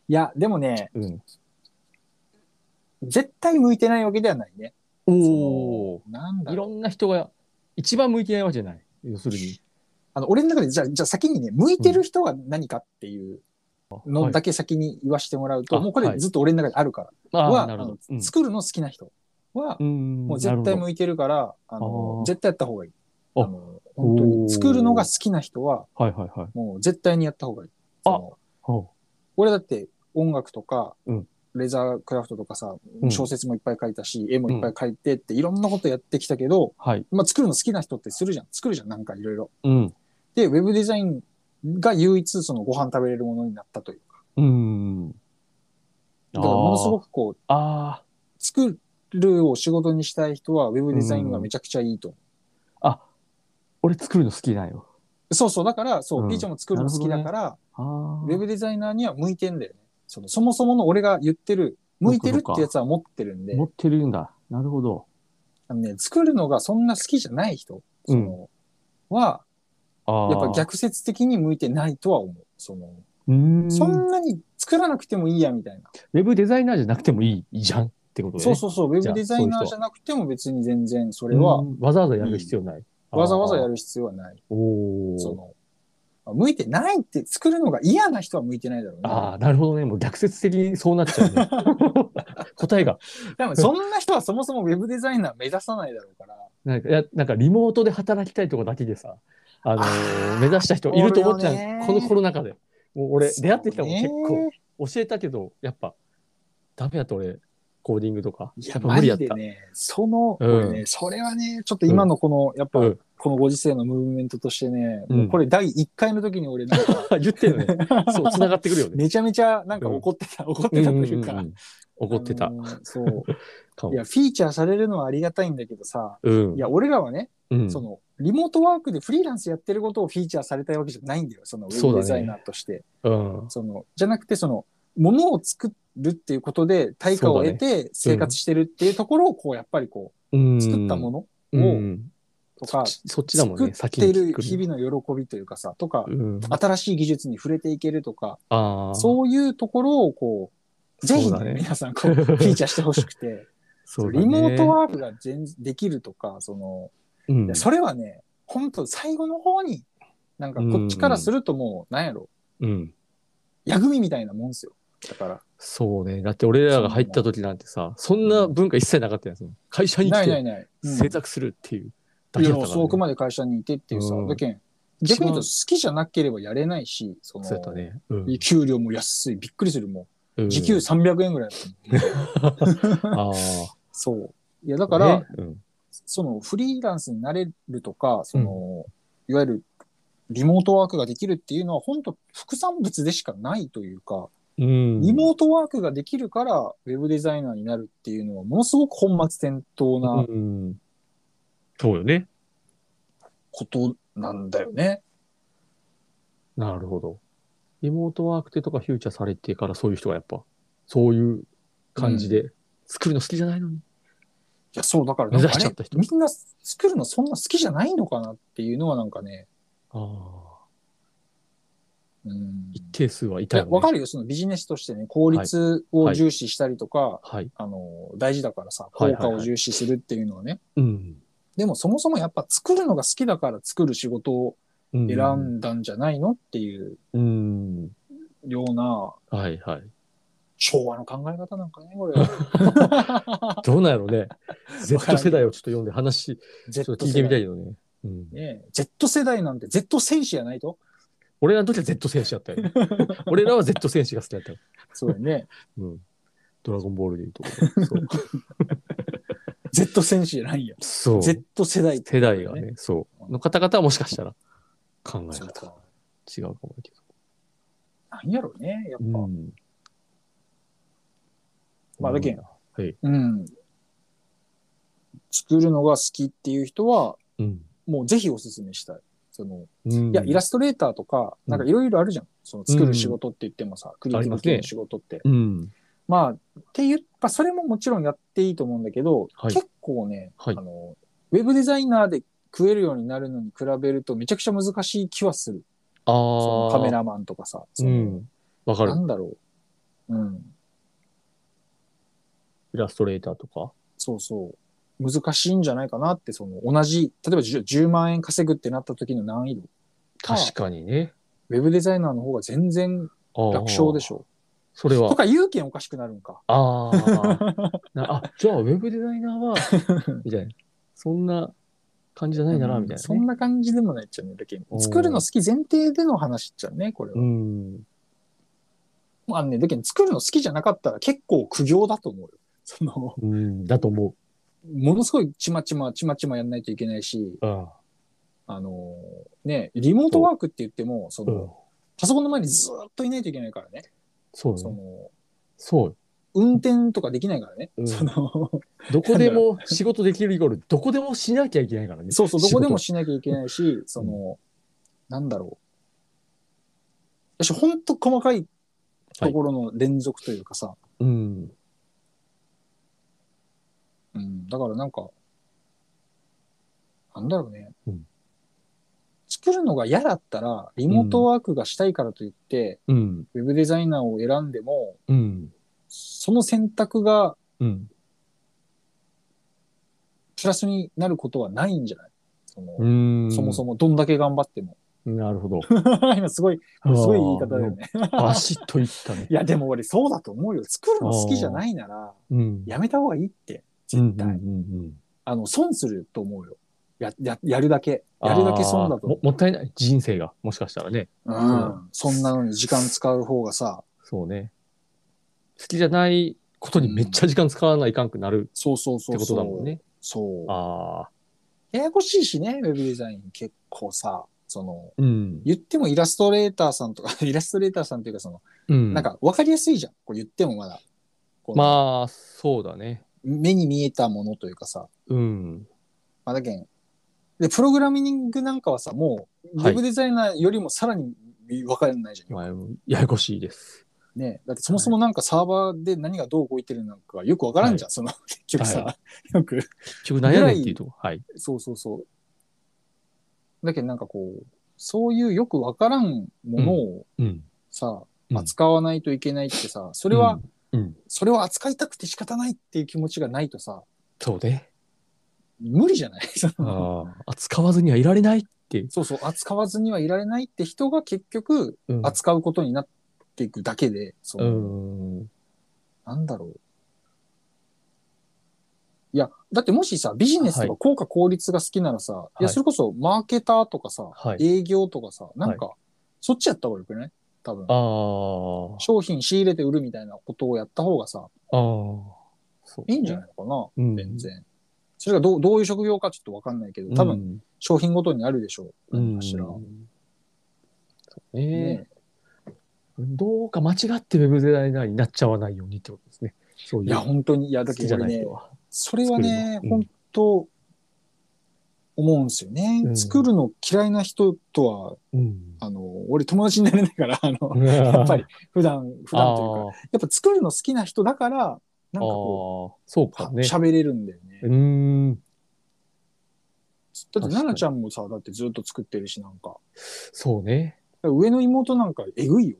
いや、でもね、
うん。
絶対向いてないわけではないね。
おお
そ。のなんだ
い
ろう
ろんな人が、一番向いてないわけじゃない。要するに。
あの、俺の中で、じゃあ、じゃあ先にね、向いてる人は何かっていうのだけ先に言わしてもらうと、
はいあ
もうこれ
はい
ずっと俺の中であるから。
あ
は、
あ、
あ
なるほ
の
ど。うん
作るの好きな人は、
うん。
もう絶対
い
向いてるから、あの
あー
絶対やった方がいい。あ
あ
の本当
お
に
ー
作るのが好きな人は、
はいはいはい。
もう絶対にやった方がいい。
あ
その
ほ
俺だって音楽とか、
うん
レザークラフトとかさ、
うん
小説もいっぱい書いたし、絵もいっぱい書いてって、いろんなことやってきたけど、
うはい。
まあ、作るの好きな人ってするじゃん。作るじゃん、なんかいろいろ。
うん。
で、ウェブデザインが唯一そのご飯食べれるものになったというか。
うん。
だからものすごくこう、
あ
作るを仕事にしたい人はウェブデザインがめちゃくちゃいいと思う。
あ。あ、俺作るの好きなんよ。
そうそう、だから、そう、
うん
ピーちゃんも作るの好きだから、
あ
ウ
ー
ェブデザイナーには向いてんだよね。そのそもそもの俺が言ってる、向いてるってやつは持ってるんで
持、ってるんだ。なるほど。
あのね、作るのがそんな好きじゃない人その、は、
ああ。
やっぱ。逆説的に向いてないとは思う。その、
うーん。
そ
ウ
んなに作らなくてもいいや、みたいな。
ェブデザイナーじゃなくてもいいじゃんってことね。
そうそうそう、ウェ
じゃあ
ブデザイナ
そうい
ー
う人
じゃなくても別に全然それ
うん。
は、
わざわざやる必要ない。
わざわざや
る。
る必要はない。
お
そ
お。
の、あ向いてないって、作るのが嫌な人は向いてないだろうね。
ああ、なるほどね。もう逆説的にそうなっちゃう ね。答えが。
でも、そんな人はそもそもウェブデザイナー目指さないだろうから。
なんか、いや、なんかリモートで働きたいとこだけでさ、あのー
あー
目指した人いると思っちゃう。
おるよね
このコロナ禍で。もう俺、出会ってきたもん、
そう
結
ね
構。教えたけど、やっぱ、ダメやと俺、コーディングとか。
い
や
や、
っぱ
マ
無理や
ジ
っ
で
た。
ね、その、
うん
俺ね、それはね、ちょっと今のこの、やっぱ、
うん
このご時世のムーブメントとしてね、
うん
もうこれ第1回の時に俺なんか、
言ってるね。 そう、繋がってくるよね。
めちゃめちゃなんか怒ってた、怒ってたというか。
んんんん怒ってた。
あのーそう。
かも
い。や、フィーチャーされるのはありがたいんだけどさ、
うん
い。や、俺らはね、
うん
その、リモートワークでフリーランスやってることをフィーチャーされたいわけじゃないんだよ、そのウ
そうだ
ェブ
ね
デザイナーとして。
うん。
そのじゃなくてそのものを作るっていうことで対価を得て生活してるっていうところをこうやっぱりこ
うん
う作ったもの
うん
と
そ
か、
っちそっちだもんね、
作っ
先
て
に
いる
作
日々の喜びというかさとか、
うん、あ
新しい技術に触れていけるとか
あー、
そういうところをこうぜ
そう
ひ、
だ
ね
ね
皆さんこうフィーチャーしてほしくて
そうだね
リモートワークが全できるとかその、
うん
いやそれはね本当最後の方になんかこっちからするともうなんやろ
うん。
やぐみみたいなもんですよだから
そうね。だって俺らが入った時なんてさ、そんな文化一切なかったやつ。会社に
な
来
いない
て
ない、うん
制作するっていうだ
い
け
や
だったから、
遅く
ね。
まで会社にいてっていうさ、
うん
だけん
一
逆に
番
言うと好きじゃなければやれないし、その
そうやったね。うん
給料も安い、びっくりする、も
うん。
う時給300円ぐらいだった
ああ。
そう。いや、だから、
ねうん
そのフリーランスになれるとか、その、いわゆるリモートワークができるっていうのは、本当副産物でしかないというか、
うん。
リモートワークができるから、ウェブデザイナーになるっていうのは、ものすごく本末転倒な
うん。そうよね。
ことなんだよね。
なるほど。リモートワークってとかフューチャーされてからそういう人がやっぱ、そういう感じで、作るの好きじゃないのに。
いや、そう、だからなんか
目
あ
指しちゃ
れ
った人
みんな作るのそんな好きじゃないのかなっていうのはなんかね、
ああ。
うん。
一定数はい
い
た
や
よね。
わかるよ、そのビジネスとしてね、効率を重視したりとか、
はい。
あの、大事だからさ、
はい
効
はい
果
はい
を重視するっていうのはね。
うん。
でもそもそもやっぱ作るのが好きだから作る仕事を
選
選んだんじゃないのっていう
うん。
ような
はいはい。
昭和の考え方なんかね、これ。
どうなんやろうね。
わから
Z
んけど
世代をちょっと読んで話、ちょっと聞いてみたいよね。うん、
ねえ Z 世代なんて Z 戦士やないと。
俺らの時は Z 戦士だ ったよね。俺らは Z 戦士が好きだったよ。
そうだね。
うん。ドラゴンボールで言うと。そう
Z 戦士じゃないんや。
そう。
Z 世代って
世
ことだ
代
よ
が。ね、そう。の方々はもしかしたら考え
そう
方
か。
違うかもだけ
なんやろうね、やっ
ど。
ぱ
う。ん。
まあだけん
はい。
うん。作るのが好きっていう人は、
うん。
もうぜひおすすめしたい。その、
うん
いや、イラストレーターとか、
うん
なんかいろいろあるじゃん。その作る仕事って言ってもさ、クリエイティブ系
あり
の
ますね
仕事って。
うん。
まあ、っていう、まあ、それももちろんやっていいと思うんだけど、
はい
結構ね、
はい
あの、ウェブデザイナーで食えるようになるのに比べるとめちゃくちゃ難しい気はする。
あ
そ
あ。
のカメ。ラマンとかさ、そうの
ん。わかる
な。んだろう。うん。
イラストレーターとか。
そうそう。難しいんじゃないかなって、その同じ、例えば 10, 10万円稼ぐってなった時の難易度。
確かにね。
ウェブデザイナーの方が全然
ああ
楽勝でしょ。
それは
と。か、有権おかしくなるんか。
ああ。な あ、じゃあ、ウェブデザイナーは、みたいな。そんな感じじゃないんだな、みたいな、ね。
そんな感じでもないっちゃね。だけど
おー
作るの好き前提での話っちゃね、これは。
うん。
まあね、だけど作るの好きじゃなかったら結構苦行だと思うよ。その、
うん、だと思
ものすごいちまちま、ちまちまやんないといけないし、
う。あ
あのーね、リモートワークって言っても、そ
うん。
の、パソコンの前にずーっといないといけないからね。
そう
そ
ね。
の、
そう。
運転とかできない からね。
うん
その、
どこでも仕事できるイコール、どこでもしなきゃいけないからね。
そうそう、どこでも
仕
しなきゃいけないし、その、なんだろう。私、ほんと細かいところの連続というかさ、
事。うん。
うん、だからなんか、なんだろうね。
うん
作るのが嫌だったら、リモートワークがしたいからといって、
うん。
ウェブデザイナーを選んでも、
うん。
その選択が
うん。
プラスになることはないんじゃないその、
うん。
そもそ
も。
もどんだけ頑張っても。
なるほど。す
今すごい、すごい言い方だよ。ね。
バシッといったね
い。や、でも俺そうだと思うよ。作るの好きじゃないなら、
うん。
やめた方がいいって。
うん
絶対。
うんうん
あの、損すると思うよ。や、や、やるだけ。
うん
やるだけ損だ
あー
と
も
思。う。
もったいない。人生が、もしかしたらね。
うん。そんなのに時間使う方がさ、
そうね。好きじゃないことにめっちゃ時間使わないかんくなる
そうそうそ
っ
う。
てことだもん。ね。
そう。
ああ。
ややこしいしね、ウェブデザイン結構さ、その、
うん。
言ってもイラストレーターさんとか、イ ラストレーターさんというかその、
うん。
なんか分かりやすいじゃん。こう言ってもまだ。こう
まあ、そうだね。
目に見えたものというかさ、
うん。
まあ、だけんで、プログラミングなんかはさ、もう、ウ
はい
ェブデザイナーよりもさらに分かんないじゃん。
まあ、ややこしいです。
ねだってそもそもなんかサーバーで何がどう動いてるのかよく分からんじゃん、その、結局さ、
は
よく。
結局悩ねんっていうとこ。はい。
そうそうそう。だけどなんかこう、そういうよく分からんものを
うん。
さ、
うん
扱わないといけないってさ、そ
そ
れは、、
うん。
それを扱いたくて仕方ないっていう気持ちがないとさ、
そうね。
無理じゃない その
ああ、扱わずにはいられないっていう。
そうそう、扱わずにはいられないって人が結局
うん
扱うことになっていくだけで、そうの
ん。
なんだろう。いや、だってもしさ、ビジネスとか効果効率が好きならさ、い、や、
はい
それこそマーケターとかさ、
はい
営業とかさ、なんか、そっちやった方がよくない多分
あ。あ。
商品仕入れて売るみたいなことをやった方がさ、
ああ。そう
いいんじゃないのかな、
うん
全然。それがどうどういう職業かちょっとわかんないけど、多分、商品ごとにあるでしょう。
う
何
ん。
かしら。
そうね
ね。
どうか間違ってウェブデザイナーになっちゃわないようにってことですね。そういう。
いや、本当に、いや、だ
好
け
きじ
ど
ゃ
俺
ない
ね
人、は。
それはね、
作るのうん
本当、思うんですよね、
うん
作るの嫌いな人とは、
うん。
あの、俺友達になれないから、あの、
や
やっ ぱり、普段、普段というか、
ああ
やっぱ作るの好きな人だから、なんかこ
ああ、そう
う、
か
は
ね。
喋、れるんだよね。
うーん、
だって、
に
奈々ちゃんもさ、だってずっと作ってるし、なんか。
そうね。
上の妹なんか、えぐいよ、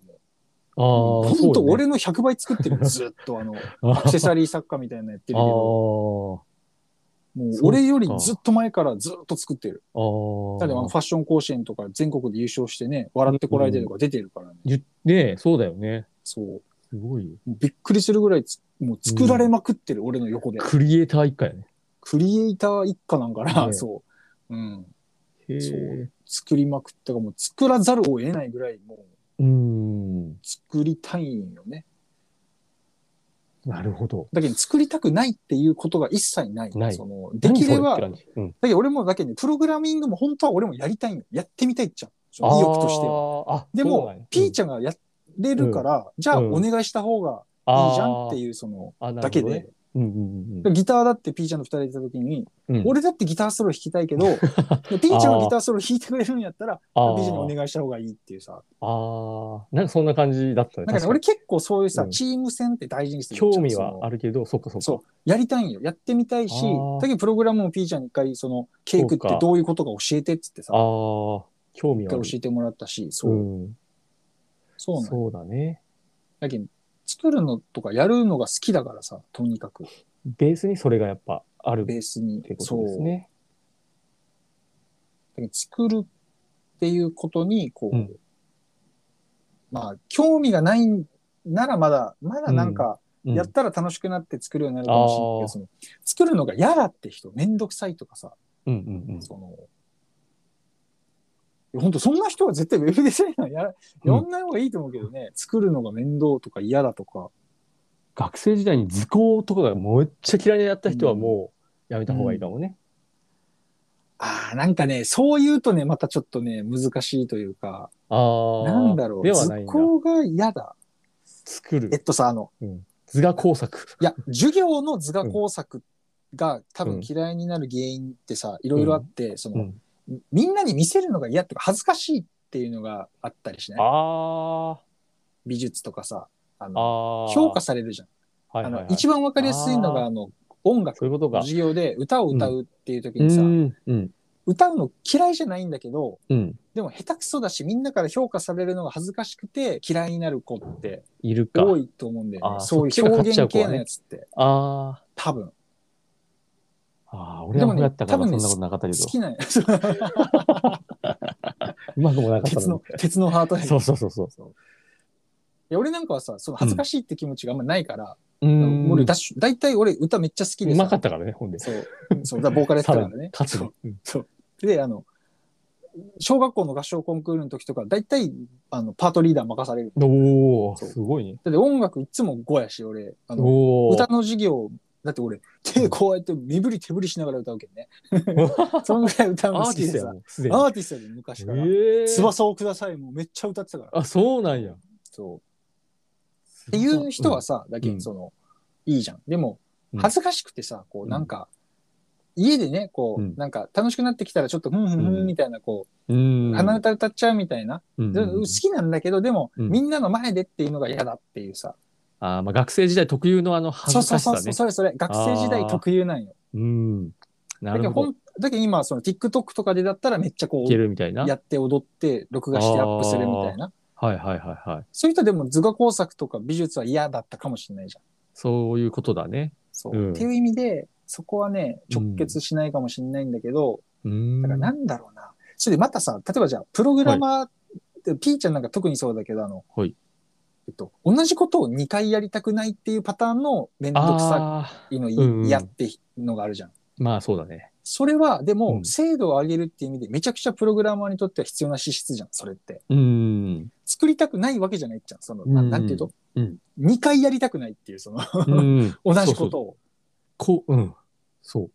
もう。
ああ、
ほんと、
そうね、
俺の100倍作ってるよ、ずっと、あの、
あ
アクセサリー作家みたいなのやってるけ
あー、
ど、もう
そうか
俺よりずっと前からずっと作ってる。
あー
だってあのファッション甲子園とか全国で優勝してね、笑ってこられてるとか出てるからね。
ゆねえ、そうだよね。
そう。も
すごいよ。
うびっくりするぐらいつ、もう作られまくってる、俺の横で。
クリエイター一家やね。
クリエイター一家なんかな、
ね
そう。うん。
へえ。
そう
う
作りまくったか、もう作らざるを得ないぐらい、もう
ーん。
作りたいんよね。
なるほど。
だけど作りたくないっていうことが一切ない。
ない
そのできれば、だ
何それって感じうん、
けど俺もだけどね、プログラミングも本当は俺もやりたいんよ。やってみたいっちゃん。その意欲としては。
は。あ
でも、ピーちゃんがやれるから、じゃあ
うん
お願いした方がいいじゃんっていう、その、
う
だけで。。
あーあなるほどねうんうんうん
ギターだってピーちゃんと二人でいた時に、
うん。
俺だってギターソロ弾きたい けど、でピーちゃんがギターソロ弾いてくれるんやったら、
あ
ピーちゃんにお
ー
願いした方がいいっていうさ。
あー、なんかそんな感じだったね。
なんかね、
確か
俺
に
結構そういうさ、
うん
チーム戦って大事にしてる
興味はあ
る
るけど、そっかそっか。
そう。やりたいんよ。やってみたいし
あー、
だけどプログラムもピーちゃんに一回、その、ケイクっ
そ
て
うか
どういうことか教えてって言ってさ、
ああ、興味
一
はあ
回
る。
教えてもらったし、そう。
うん。
そうなんよ
そうだね。
だけど、作るのとかやるのが好きだからさ、とにかく、
ベースにそれがやっぱあるっ
ベースに。
てこ
そ
と
う。
ですね。
だけど作るっていうことに、こう、
うん
まあ、興味がないならまだ、まだなんか、
うん
やったら楽しくなって作るようになるかもしれないけど、その作るのが嫌だって人、めんどくさいとかさ、
うんうんうん
その、本当そんな人は絶対ウェブデザイナーやらやんない方がいいと思うけどね、作るのが面倒とか嫌だとか、
学生時代に図工とかがめっちゃ嫌いでやった人はもうやめた方がいいかもね。
ああ、なんかね、そう言うとね、またちょっとね、難しいというか、
ああ。
なんだろう、
では
図
ないんだ。
工が嫌だ。
作
えっ
る。
とさ、あの、
図画工作。
いや、授業の図画工作が多分嫌いになる原因ってさ、いろいろあって、その、
うん
みんなに見せるのが嫌とか恥ずかしいっていうのがあったりしない
あ
美術とかさ、あ
あ。
の、
ああ。
評価されるじゃん。
はい
あ
はいはい
の、一番わかりやすいの
あ
が、
ー
あの、音楽
そういうこと
の
か。
授業で歌を歌うっていう時
う
にさ、
ん。うん。
歌うの嫌いじゃないんだけど、
うん。
でも下手くそだし、みんなから評価されるのが恥ずかしくて嫌いになる子って
いるか。
多いと思うんだよ
あー
ね。そう
そ
い
っち
う
が勝
表
っちゃう
現
子は
系
ね
のやつって、
ああ。
多分。
ああ、俺はこうやったか
で
ら
も
そん
ね
なことなかったけど
好。きなやつ。
うまくもなかった
鉄
の
の、鉄のハート
に。
ヘ
そうそうそうそう。
そういや俺なんかはさ、その恥ずかしいって気持ちがあんまないから、
う。
うん俺だし、大体俺歌めっちゃ好きで
う
さ
まかったからね、ほんで。
そう、そう、だからボーカルやってたから ね。
勝つ
そ
ね
う。で、あの、小学校の合唱コンクールの時とか、大体、あの、パートリーダー任される。
おお
そう
すごいね。
だって音楽いつも5やし、俺、あの、
おお
歌の授業、だって俺、手こうやって身振り手振りしながら歌うけんね。 そのぐらい歌うの
ア
好
ーテ
き
ィスト
で
や
さ
も。ん、すでに。
アーティストで昔から。
ええ
翼をください、もうめっちゃ歌ってたから。
あ、そうなんや。っ
そう。っていう人はさ、だけ
うん
どその、いいじゃん。でも、
うん
恥ずかしくてさ、こうなんか、家でね、こう、
うん
なんか楽しくなってきたらちょっとふんふんふ
うん
んみたいな、こ
う
う、
ん。
鼻歌歌っちゃうみたいな、
うん
で好きなんだけど、でも、
うん
みんなの前でっていうのが嫌だっていうさ。
あーまあ学生時代特有のあの恥
そう
ず
そう
かしさ
そうそう、
ね。
それそれ、学生時代特有なんよ。
うん。な
だけ
る
ど、
ほ
ほ
ど。
んだけど今、その TikTok とかでだったらめっちゃこ
いうけ、るみたいな。
やって踊って、録画してアップするみたいな。
はいはいはいはい。
そういう人でも図画工作とか美術は嫌だったかもしれないじゃん。
そういうことだね。
そう。
うん
っていう意味で、そこはね、直結しないかもしれないんだけど、
うーん。
だからなんだろうな。それでまたさ、例えばじゃあ、プログラマーって、ピーちゃんなんか特にそうだけど、あの、
はい
えっと、同じことを2回やりたくないっていうパターンのめんどくさ
あ
いのい
うん
嫌ってのがあるじゃん。
ーまあそうだね。
それは、で
う
も
ん、
精度を上げるっていう意味で、めちゃくちゃプログラマーにとっては必要な資質じゃん、それって。
うーん。
作りたくないわけじゃないじゃん、その、な
うん
なんていうと、
うん
2回やりたくないっていう、その、
うん。
同じ
そう
こ
そ
と
う
を。
こう、うん。そう。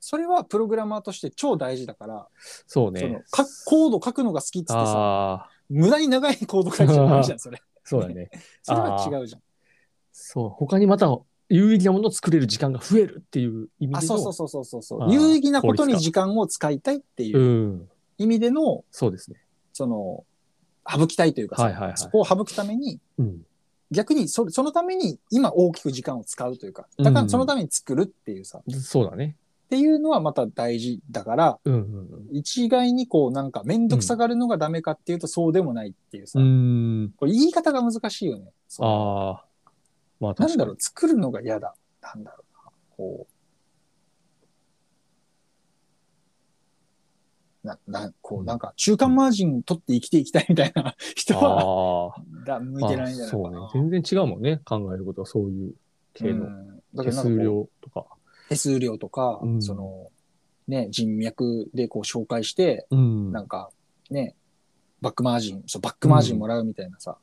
それはプログラマーとして超大事だから、
そう
その
ね。
かコード書くのが好きっつってさ、
ああ、
無駄に長いコード書いちゃダメじゃん、それ。
そうだね。
それは違うじゃん。
そう。他にまた有意義なものを作れる時間が増えるっていう意味
あ、
で
そうそう
の。
そうそうそう
あ
そう。
ー
有意義なこと
効率
に
化。
時間を使いたいっていううん意味での、
そうですね。
その、省きたいというかさ、
はいはいはい
そこを省くために、
うん。
逆にそそのために今大きく時間を使うというか、
うん
だからそのために作るっていうさ、っ
そうだね。
ていうのはまた大事だから、
うんうん
一概にこうなんかめんどくさがるのがダメかっていうとそうでもないっていう
う
さ、
ん。うーん。
これ言い方が難しいよね。そう
ああ。まあ確かに。
なんだろう、作るのが嫌だ。なんだろうな。こう。な、な、こ
う
う、
ん
なんか、中間マージン取って生きていきたいみたい な人は、
ああ。
だ向いてないんじゃないかな。
あそうね。全然違うもんね。考えることはそういう系
う
の
んだ
手
からなんか
数
こう
料とか。
手数料とか、
うん
その、ね、人脈でこう紹介して、
うん。
なんか、ね、バックマージン、そうバックマージンもらうみたいなさ。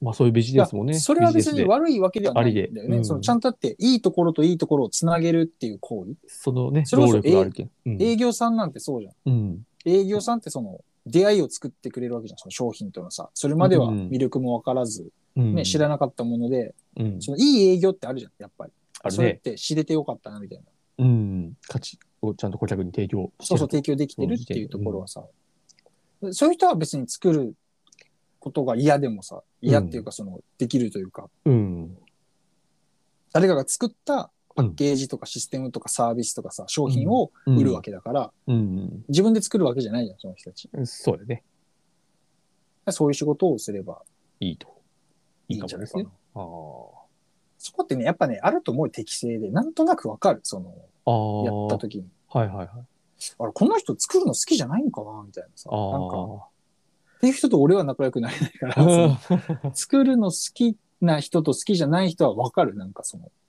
まあそういうビジネスも
いや
ね。
それは別
ビジ
に
ネスで
悪いわけではないんだよ
ありで
ね。
うん
そのちゃんとあって、いいところといいところをつなげるっていう行為。
そのね、
それこ
労
そ
力があるけん。うん
営業さんなんてそうじゃん。
うん。
営業さんってその出会いを作ってくれるわけじゃん、その商品とのさ。それまでは
うん
魅力もわからず、
うん
ね、知らなかったもので、
うん。
そのいい営業ってあるじゃん、やっぱり。
ある
それっ
ね。
て知れてよかったな、みたいな。
うん。価値をちゃんと顧客に提供して
そう
る
そう、提供できてるっていうところはさ。そういう人は別に作ることが嫌でもさ、嫌っていうか、その、できるというか、
うん。
誰かが作ったパッケージとかシステムとかサービスとかさ、商品を売るわ
け。
けだから、
うん。
自分で作るわけじゃないじゃん、その人たち。
そうだね。
そういう仕事をすれば
いいと。
い
い
い
い
ん
か
じゃ
も
な
で
い
す
かな
ね。。ああ。
そこってね、やっぱね、あると思うよ適性で、なんとなくわかる。その、
あ
や
あ。
った時に。
はいはいはい。
あれ、この人作るの好きじゃないんかなみたいなさ。
ああ
なんか、っていう人と俺は仲良くなれないから、その
ー。
作るの好きな人と好きじゃない人はわかる。なんかその、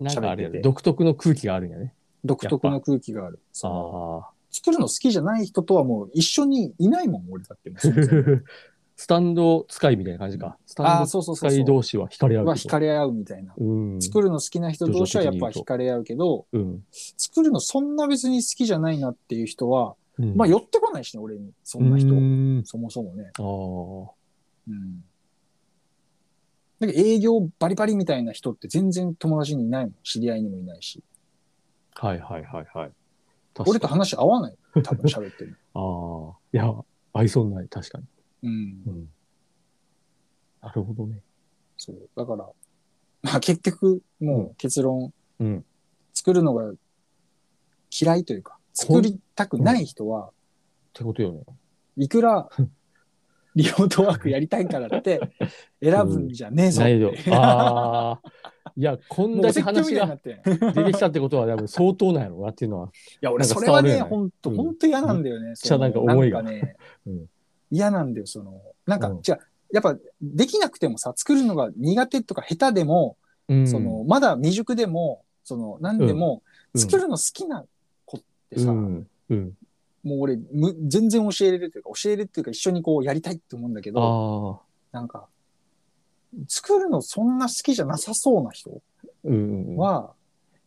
なんかあれや
喋って
ね
て
独特の空気があるんやね。
独特の空気がある。その
ああ。
作るの好きじゃない人とはもう一緒にいないもん、俺だって もう。そもそも
スタンド使いみたいな感じか。スタ
あ
ン
あ、
ド
そうそうそう
使い
そう。
同士は惹かれ合うけど。
は惹かれ合うみたいな。
うん。
作るの好きな人同士はやっぱ惹かれ合うけど、
うん。
作るのそんな別に好きじゃないなっていう人は、
うん
まあ寄ってこないしね、俺に。そんな人。そもそもね。
人。
うん。だけど営業バリバリみたいな人って全然友達にいないもん。知り合いにもいないし。
ああ。はいはいはいはい。
俺
確
と
かに。
話合わない。多分喋っ てる。
ああ。いや、合いそうにない。確かに。
うん
う。ん。なるほどね。
そう。だから、まあ結局、もう結論、
うん。
作るのが嫌いというか、
ほ
作
ん
りたくない人は、
ってことよね。
いくら、 リモートワークやりたいからって、選ぶんじゃねえぞ。
ないよ。ああ。いや、こん
もう
だ
お
け
説教みた
話
いにな
が
ってん。
出てきたってことは、多分相当なんやろうなっていうのは。
いや、俺、
なんか
それは
伝
ね、
わるよね
ほんと、
うん
ほんと嫌なんだよね。
ちゃなんか思いが
なんかね
うん
嫌なんだよ、その、なんか
う、ん
じゃあやっぱ、できなくてもさ、作るのが苦手とか下手でも、
うん
その、まだ未熟でも、その、何でも、
うん
作るの好きな子ってさ、
う。
もうん
うん。
俺、む全然教えれるというか、教えれるというか、一緒にこう、やりたいって思うんだけど、
ああ。
なんか、作るのそんな好きじゃなさそうな人
うん。
は、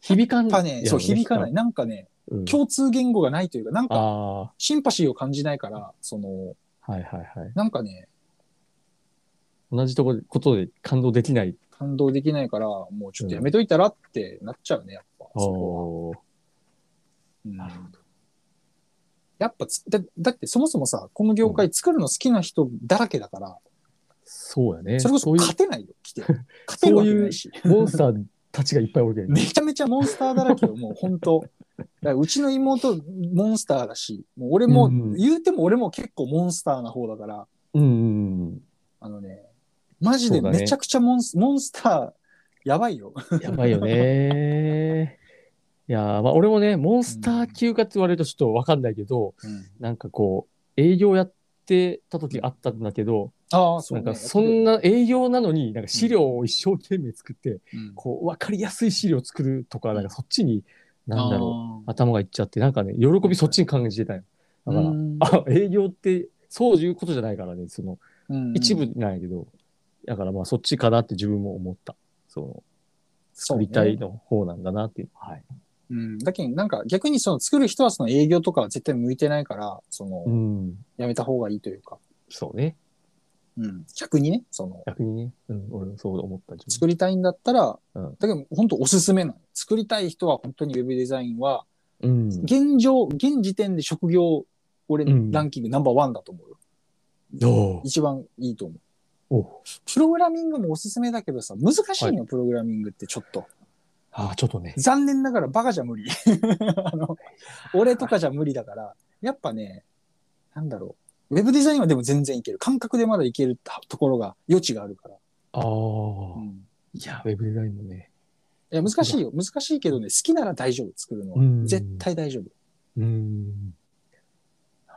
響かん
やっぱね、そう、響かない。。なんかね、
うん
共通言語がないというか、なんか、
あ
シンパシーを感じないから、その、
あ。はいはいはい。
なんかね、
同じとこでことで感動できない
感動できないから、もうちょっとやめといたらってなっちゃうね、やっぱ。
あ
それは
ー
うん
なるほど。
やっぱつだ、だってそもそもさ、この業界作るの好きな人だらけだから、
そうやね。
それこそ
そういう
勝てないよ、来て。勝てるわけないし。
モンスターたちがいっぱいおるけどね。
めちゃめちゃモンスターだらけよ、もう本当。だからうちの妹、モンスターだし、もう俺も、
うんうん
言うても俺も結構モンスターな方だから、
うんうんうん。
あのね、マジで
そうだね
めちゃくちゃモンス,、モンスター、やばいよ。
やばいよね。いやーまあ、俺もね、モンスター級かって言われるとちょっとわかんないけど、なんかこう、営業やってた時あったんだけど、
ああ、そう、
な
ね、
んかそんな営業なのに、なんか資料を一生懸命作って、
うん、
こう、わかりやすい資料を作るとか、なんかそっちに、なんだろ
ろ
う、頭がいっちゃって、なんかね、喜びそっちに感じてたよ。だから、
ら、
あ、 営業って、そういうことじゃないからね、その、
うん
一部なんやけど、だからまあそっちかなって自分も思った。その、
そう
作
ね
りたいの方なんだなっていう。はい。
うん、だけど、なんか逆にその作る人はその営業とかは絶対向いてないから、その、
うん。
やめた方がいいというか、
そうね。
うん、逆にね、その、
逆にね。うん、俺もそう思った。自
作りたいんだったら、
うん
だけど本当おすすめなの。作りたい人は本当にウェブデザインは、
分うん。
現状、現時点で職業、俺、
うん
ランキングナンバーワンだと思うよ。
どう
一番いいと思う。
おう
プログラミングもおすすめだけどさ、難しいの、プログラミングってちょっと。
ああ、ちょっとね。
残念ながらバカじゃ無理。 あの、俺とかじゃ無理だから、やっぱね、なんだろう。ウェブデザインはでも全然いける。感覚でまだいけるところが、余地があるから。
ああ。
うん
いや、ウェブデザインもね。
いや、難しいよ。難しいけどね、好きなら大丈夫、作るのは。
うん
絶対大丈夫。
うん。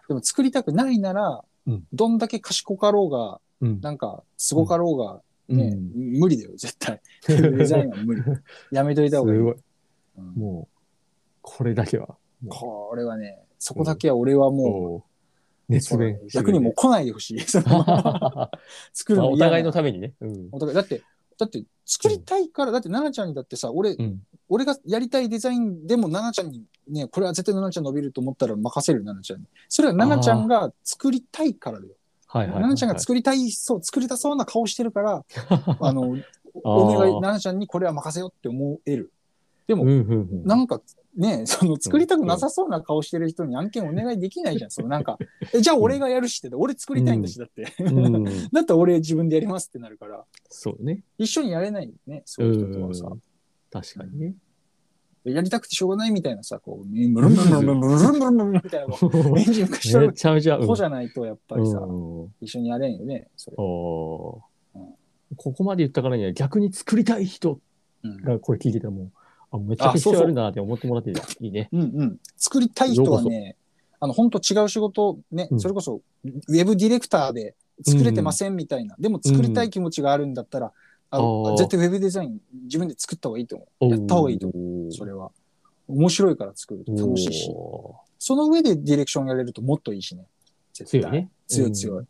でも作りたくないなら、
うん
どんだけ賢かろうが、
うん。
なんか、すごかろうが、ね、
うん
無理だよ、絶 対。ウェブデザインは無理。やめとい
す
た方がいい。
ごい。
うん
もう、これだけは。
これはね、そこだけは俺はもう、
おう熱弁。
逆にもう来ないで ほしい。その
ま
作る
あ
の
お
嫌な
互いのためにね。うん。
お互いだって、だって作りたいから、だって奈々ちゃんにだってさ、俺、
うん
俺がやりたいデザインでも奈々ちゃんにね、これは絶対奈々ちゃん伸びると思ったら任せる奈々ちゃんに。それは奈々ちゃんが作りたいからだよ。
はいはいはい
奈
はい。
々ちゃんが作りたい、そう、作りたそうな顔して るから、あの、
あー
お願い、奈々ちゃんにこれは任せようって思える。でも
うん、うんうん。
なんかね、その作りたくなさそうな顔してる人に案件お願いできないじゃん。そのなんか、えじゃあ俺がやるしって、俺作りたいんだし、だって。
うん。
だったら俺自分でやりますってなるから、
そうね。
一緒にやれないよね、そういう人とはさ。
うん確かにね。
やりたくてしょうがないみたいなさ、こう、ムルムルムルムルムルムルムルみたいな、こう、エンジンかし
めちゃめちゃ。
子じゃないと、やっぱりさ、
うん
一緒にやれんよね、それ。
おー
うん
ここまで言ったからには逆に作りたい人
うん
がこれ聞いてたらもう、あ、めちゃ
あ
くち
そう
ゃ
そう
あるなって思ってもらっていいね。
うんうん。作りたい人はね、あの、本当違う仕事、ね、
うん
それこそ、ウェブディレクターで作れてませんみたいな、でも作りたい気持ちがあるんだったら、あの
あー
絶対ウェブデザイン自分で作った方がいいと思
お
う。
ー
やった方がいいと思う。それは。面白いから作ると楽しいし。
お
その上でディレクションやれるともっといいしね。
ー
絶対
強いね。
強
う
い
ん
強い。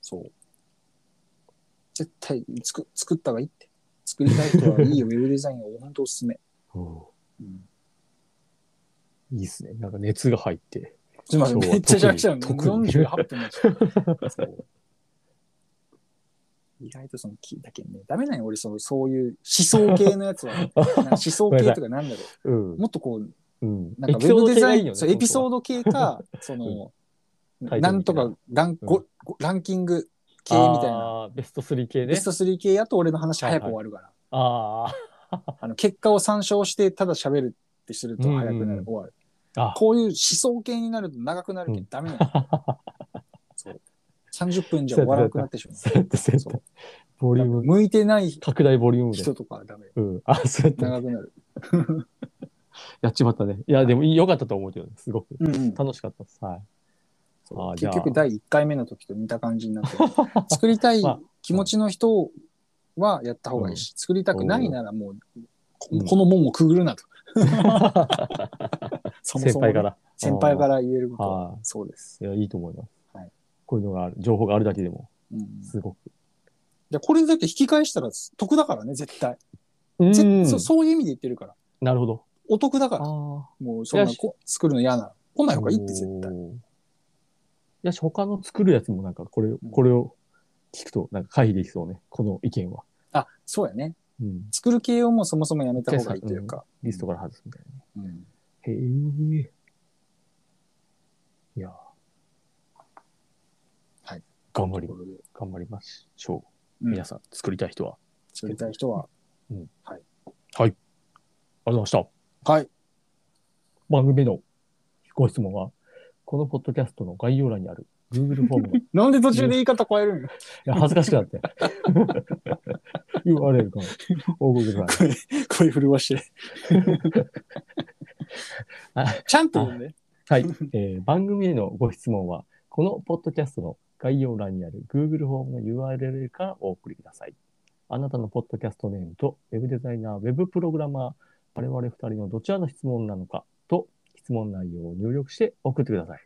そう。絶対つく、作った方がいいって。作りたい人はいいよウェブデザインは本当おすすめ。
お
うん
ーいいっすね。なんか熱が入って。
すみません、
そう
めっちゃ喋っちゃうの。
特に
48分になっちゃったそう意外とその聞いたけんね、ダメなんよ、俺その、そういう思想系のやつ は、なんか思想系とかなんだ
う
ろ
ん
う。。もっとこう、
うん
なんかウェブデザイン、そうエピソー
ー
ド系か、そ
タ
の、
イトルみたいな
なんとかラン,ご、
う
ごランキング
系
系み
み
た
たい
い
な。
な。
あーベスト3系
ベ
ね
ス。ト3系やと俺の話早く終わるから。
あ
あの結果を参照してただ喋るってすると早くなる、
うんうんうん
終わる。
あ。あ
こういう思想系になると長くなるけどダメなの。そう30分じゃ終わらなくなってし ま
そうやってそうや
う。
って
そう
ボリューム、
向いてない
拡大ボリュームで。
人とかはダメよ。
うん。あ、そうやって
長くなる。
やっちまったね。いや、でも良かったと思うけど、すごく。
うんうん
楽しかったです。はい。
そう
あーじゃあ
結局第1回目の時と似た感じにな ってる作りたい
まあ
気持ちの人はやった方がいいし、作りたくないならもうこ
うん
この門をくぐ るなと。そも
先
そもね
輩から。
先輩から言えることは
は
そうです。
い。いや、いいと思います。
はい
こういうのがある、情報があるだけでも、
うん
すごく。
じゃあこれだって引き返したら得だからね、絶対。
う
ぜ
ん。
そそういう意味で言ってるから。
なるほど。
お得だから。
あ
もうそん
い
な
やし
こ作るの嫌なら。来ない方がいいって絶対。
対。やし、他の作るやつもなんか、これ、これを聞くと、なんか回避できそうね。この意見は。
あ、そうやね。
うん、
作る系をもうそもそもやめた方がいいというか。
リストから外すみたい
うん
な。へえ。いやー。
はい。
頑張り
と、ころで
頑張りましょう。
うん
皆さん、作りたい人は。
作りたい人は。
ありがとうございました。
はい。
番組のご質問は、このポッドキャストの概要欄にある Google フォーム の、い
なんで途中で言い方変えるんよ。
や恥ずかしくな って、URL から報告ください。
声、 声震わして
あ。
ちゃんと読んで。
はい、えー番組へのご質問は、このポッドキャストの概要欄にある Google フォームの URL からお送りください。あなたのポッドキャストネームと、ウェブデザイナー、ウェブプログラマー、我々二人のどちらの質問なのかと、質問内容を入力して送ってください。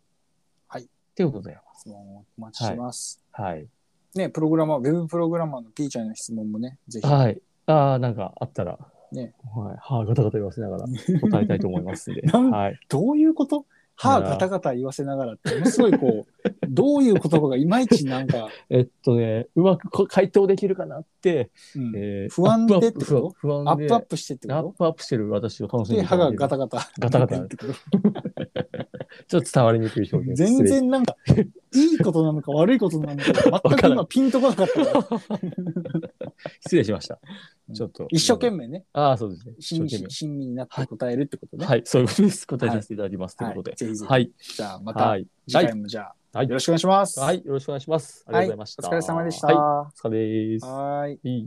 はい。
ということでございま
質問をお待ちしてます。
す。はい。
ね、プログラマー、ウェブプログラマーの P ちゃんへの質問もね、ぜひ。
はい。ああ、なんかあったら、
ね。
はい、はあ、ガタガタ言わせながら答えたいと思いますんで
なん
はい。
どういうこと歯
いや
ガタガタ言わせながらって、ものすごいこ う、どういう言葉がいまいちなんか、
えっとね、うまくこ回答できるかなって、
うん
えー
不安で
アップアッ
って
プ
こと
不安
ア
で
ップアップしてって
アッ
こ
プアップしてる私を楽し
と
んで
で、
い
歯
ただ
が
ける
ガタガタ。
ガタガタ
ってこと
ちょっと伝わりにくい表現。
全
失礼。
然なんか、いいことなのか悪いことなのか、全く今ピンとこなかったから。
失礼しました。 ちょっと。
一生懸
命。
命ね、
ああ、そうですね。一生
親身
懸命。
親身になって答えるってことね。
はい、そういうことです。答えさせていただきます。
は
と
い
いうこと
はいぜひ
で。
ぜひ
はい。
じゃあ、また
はい。
次回もじゃあ、
はい
よろしくお願いします。
はい。よろしくお願いします。ありがとうございました。
お疲れ様でした。
はいお
は
疲れです。
ーい。
いい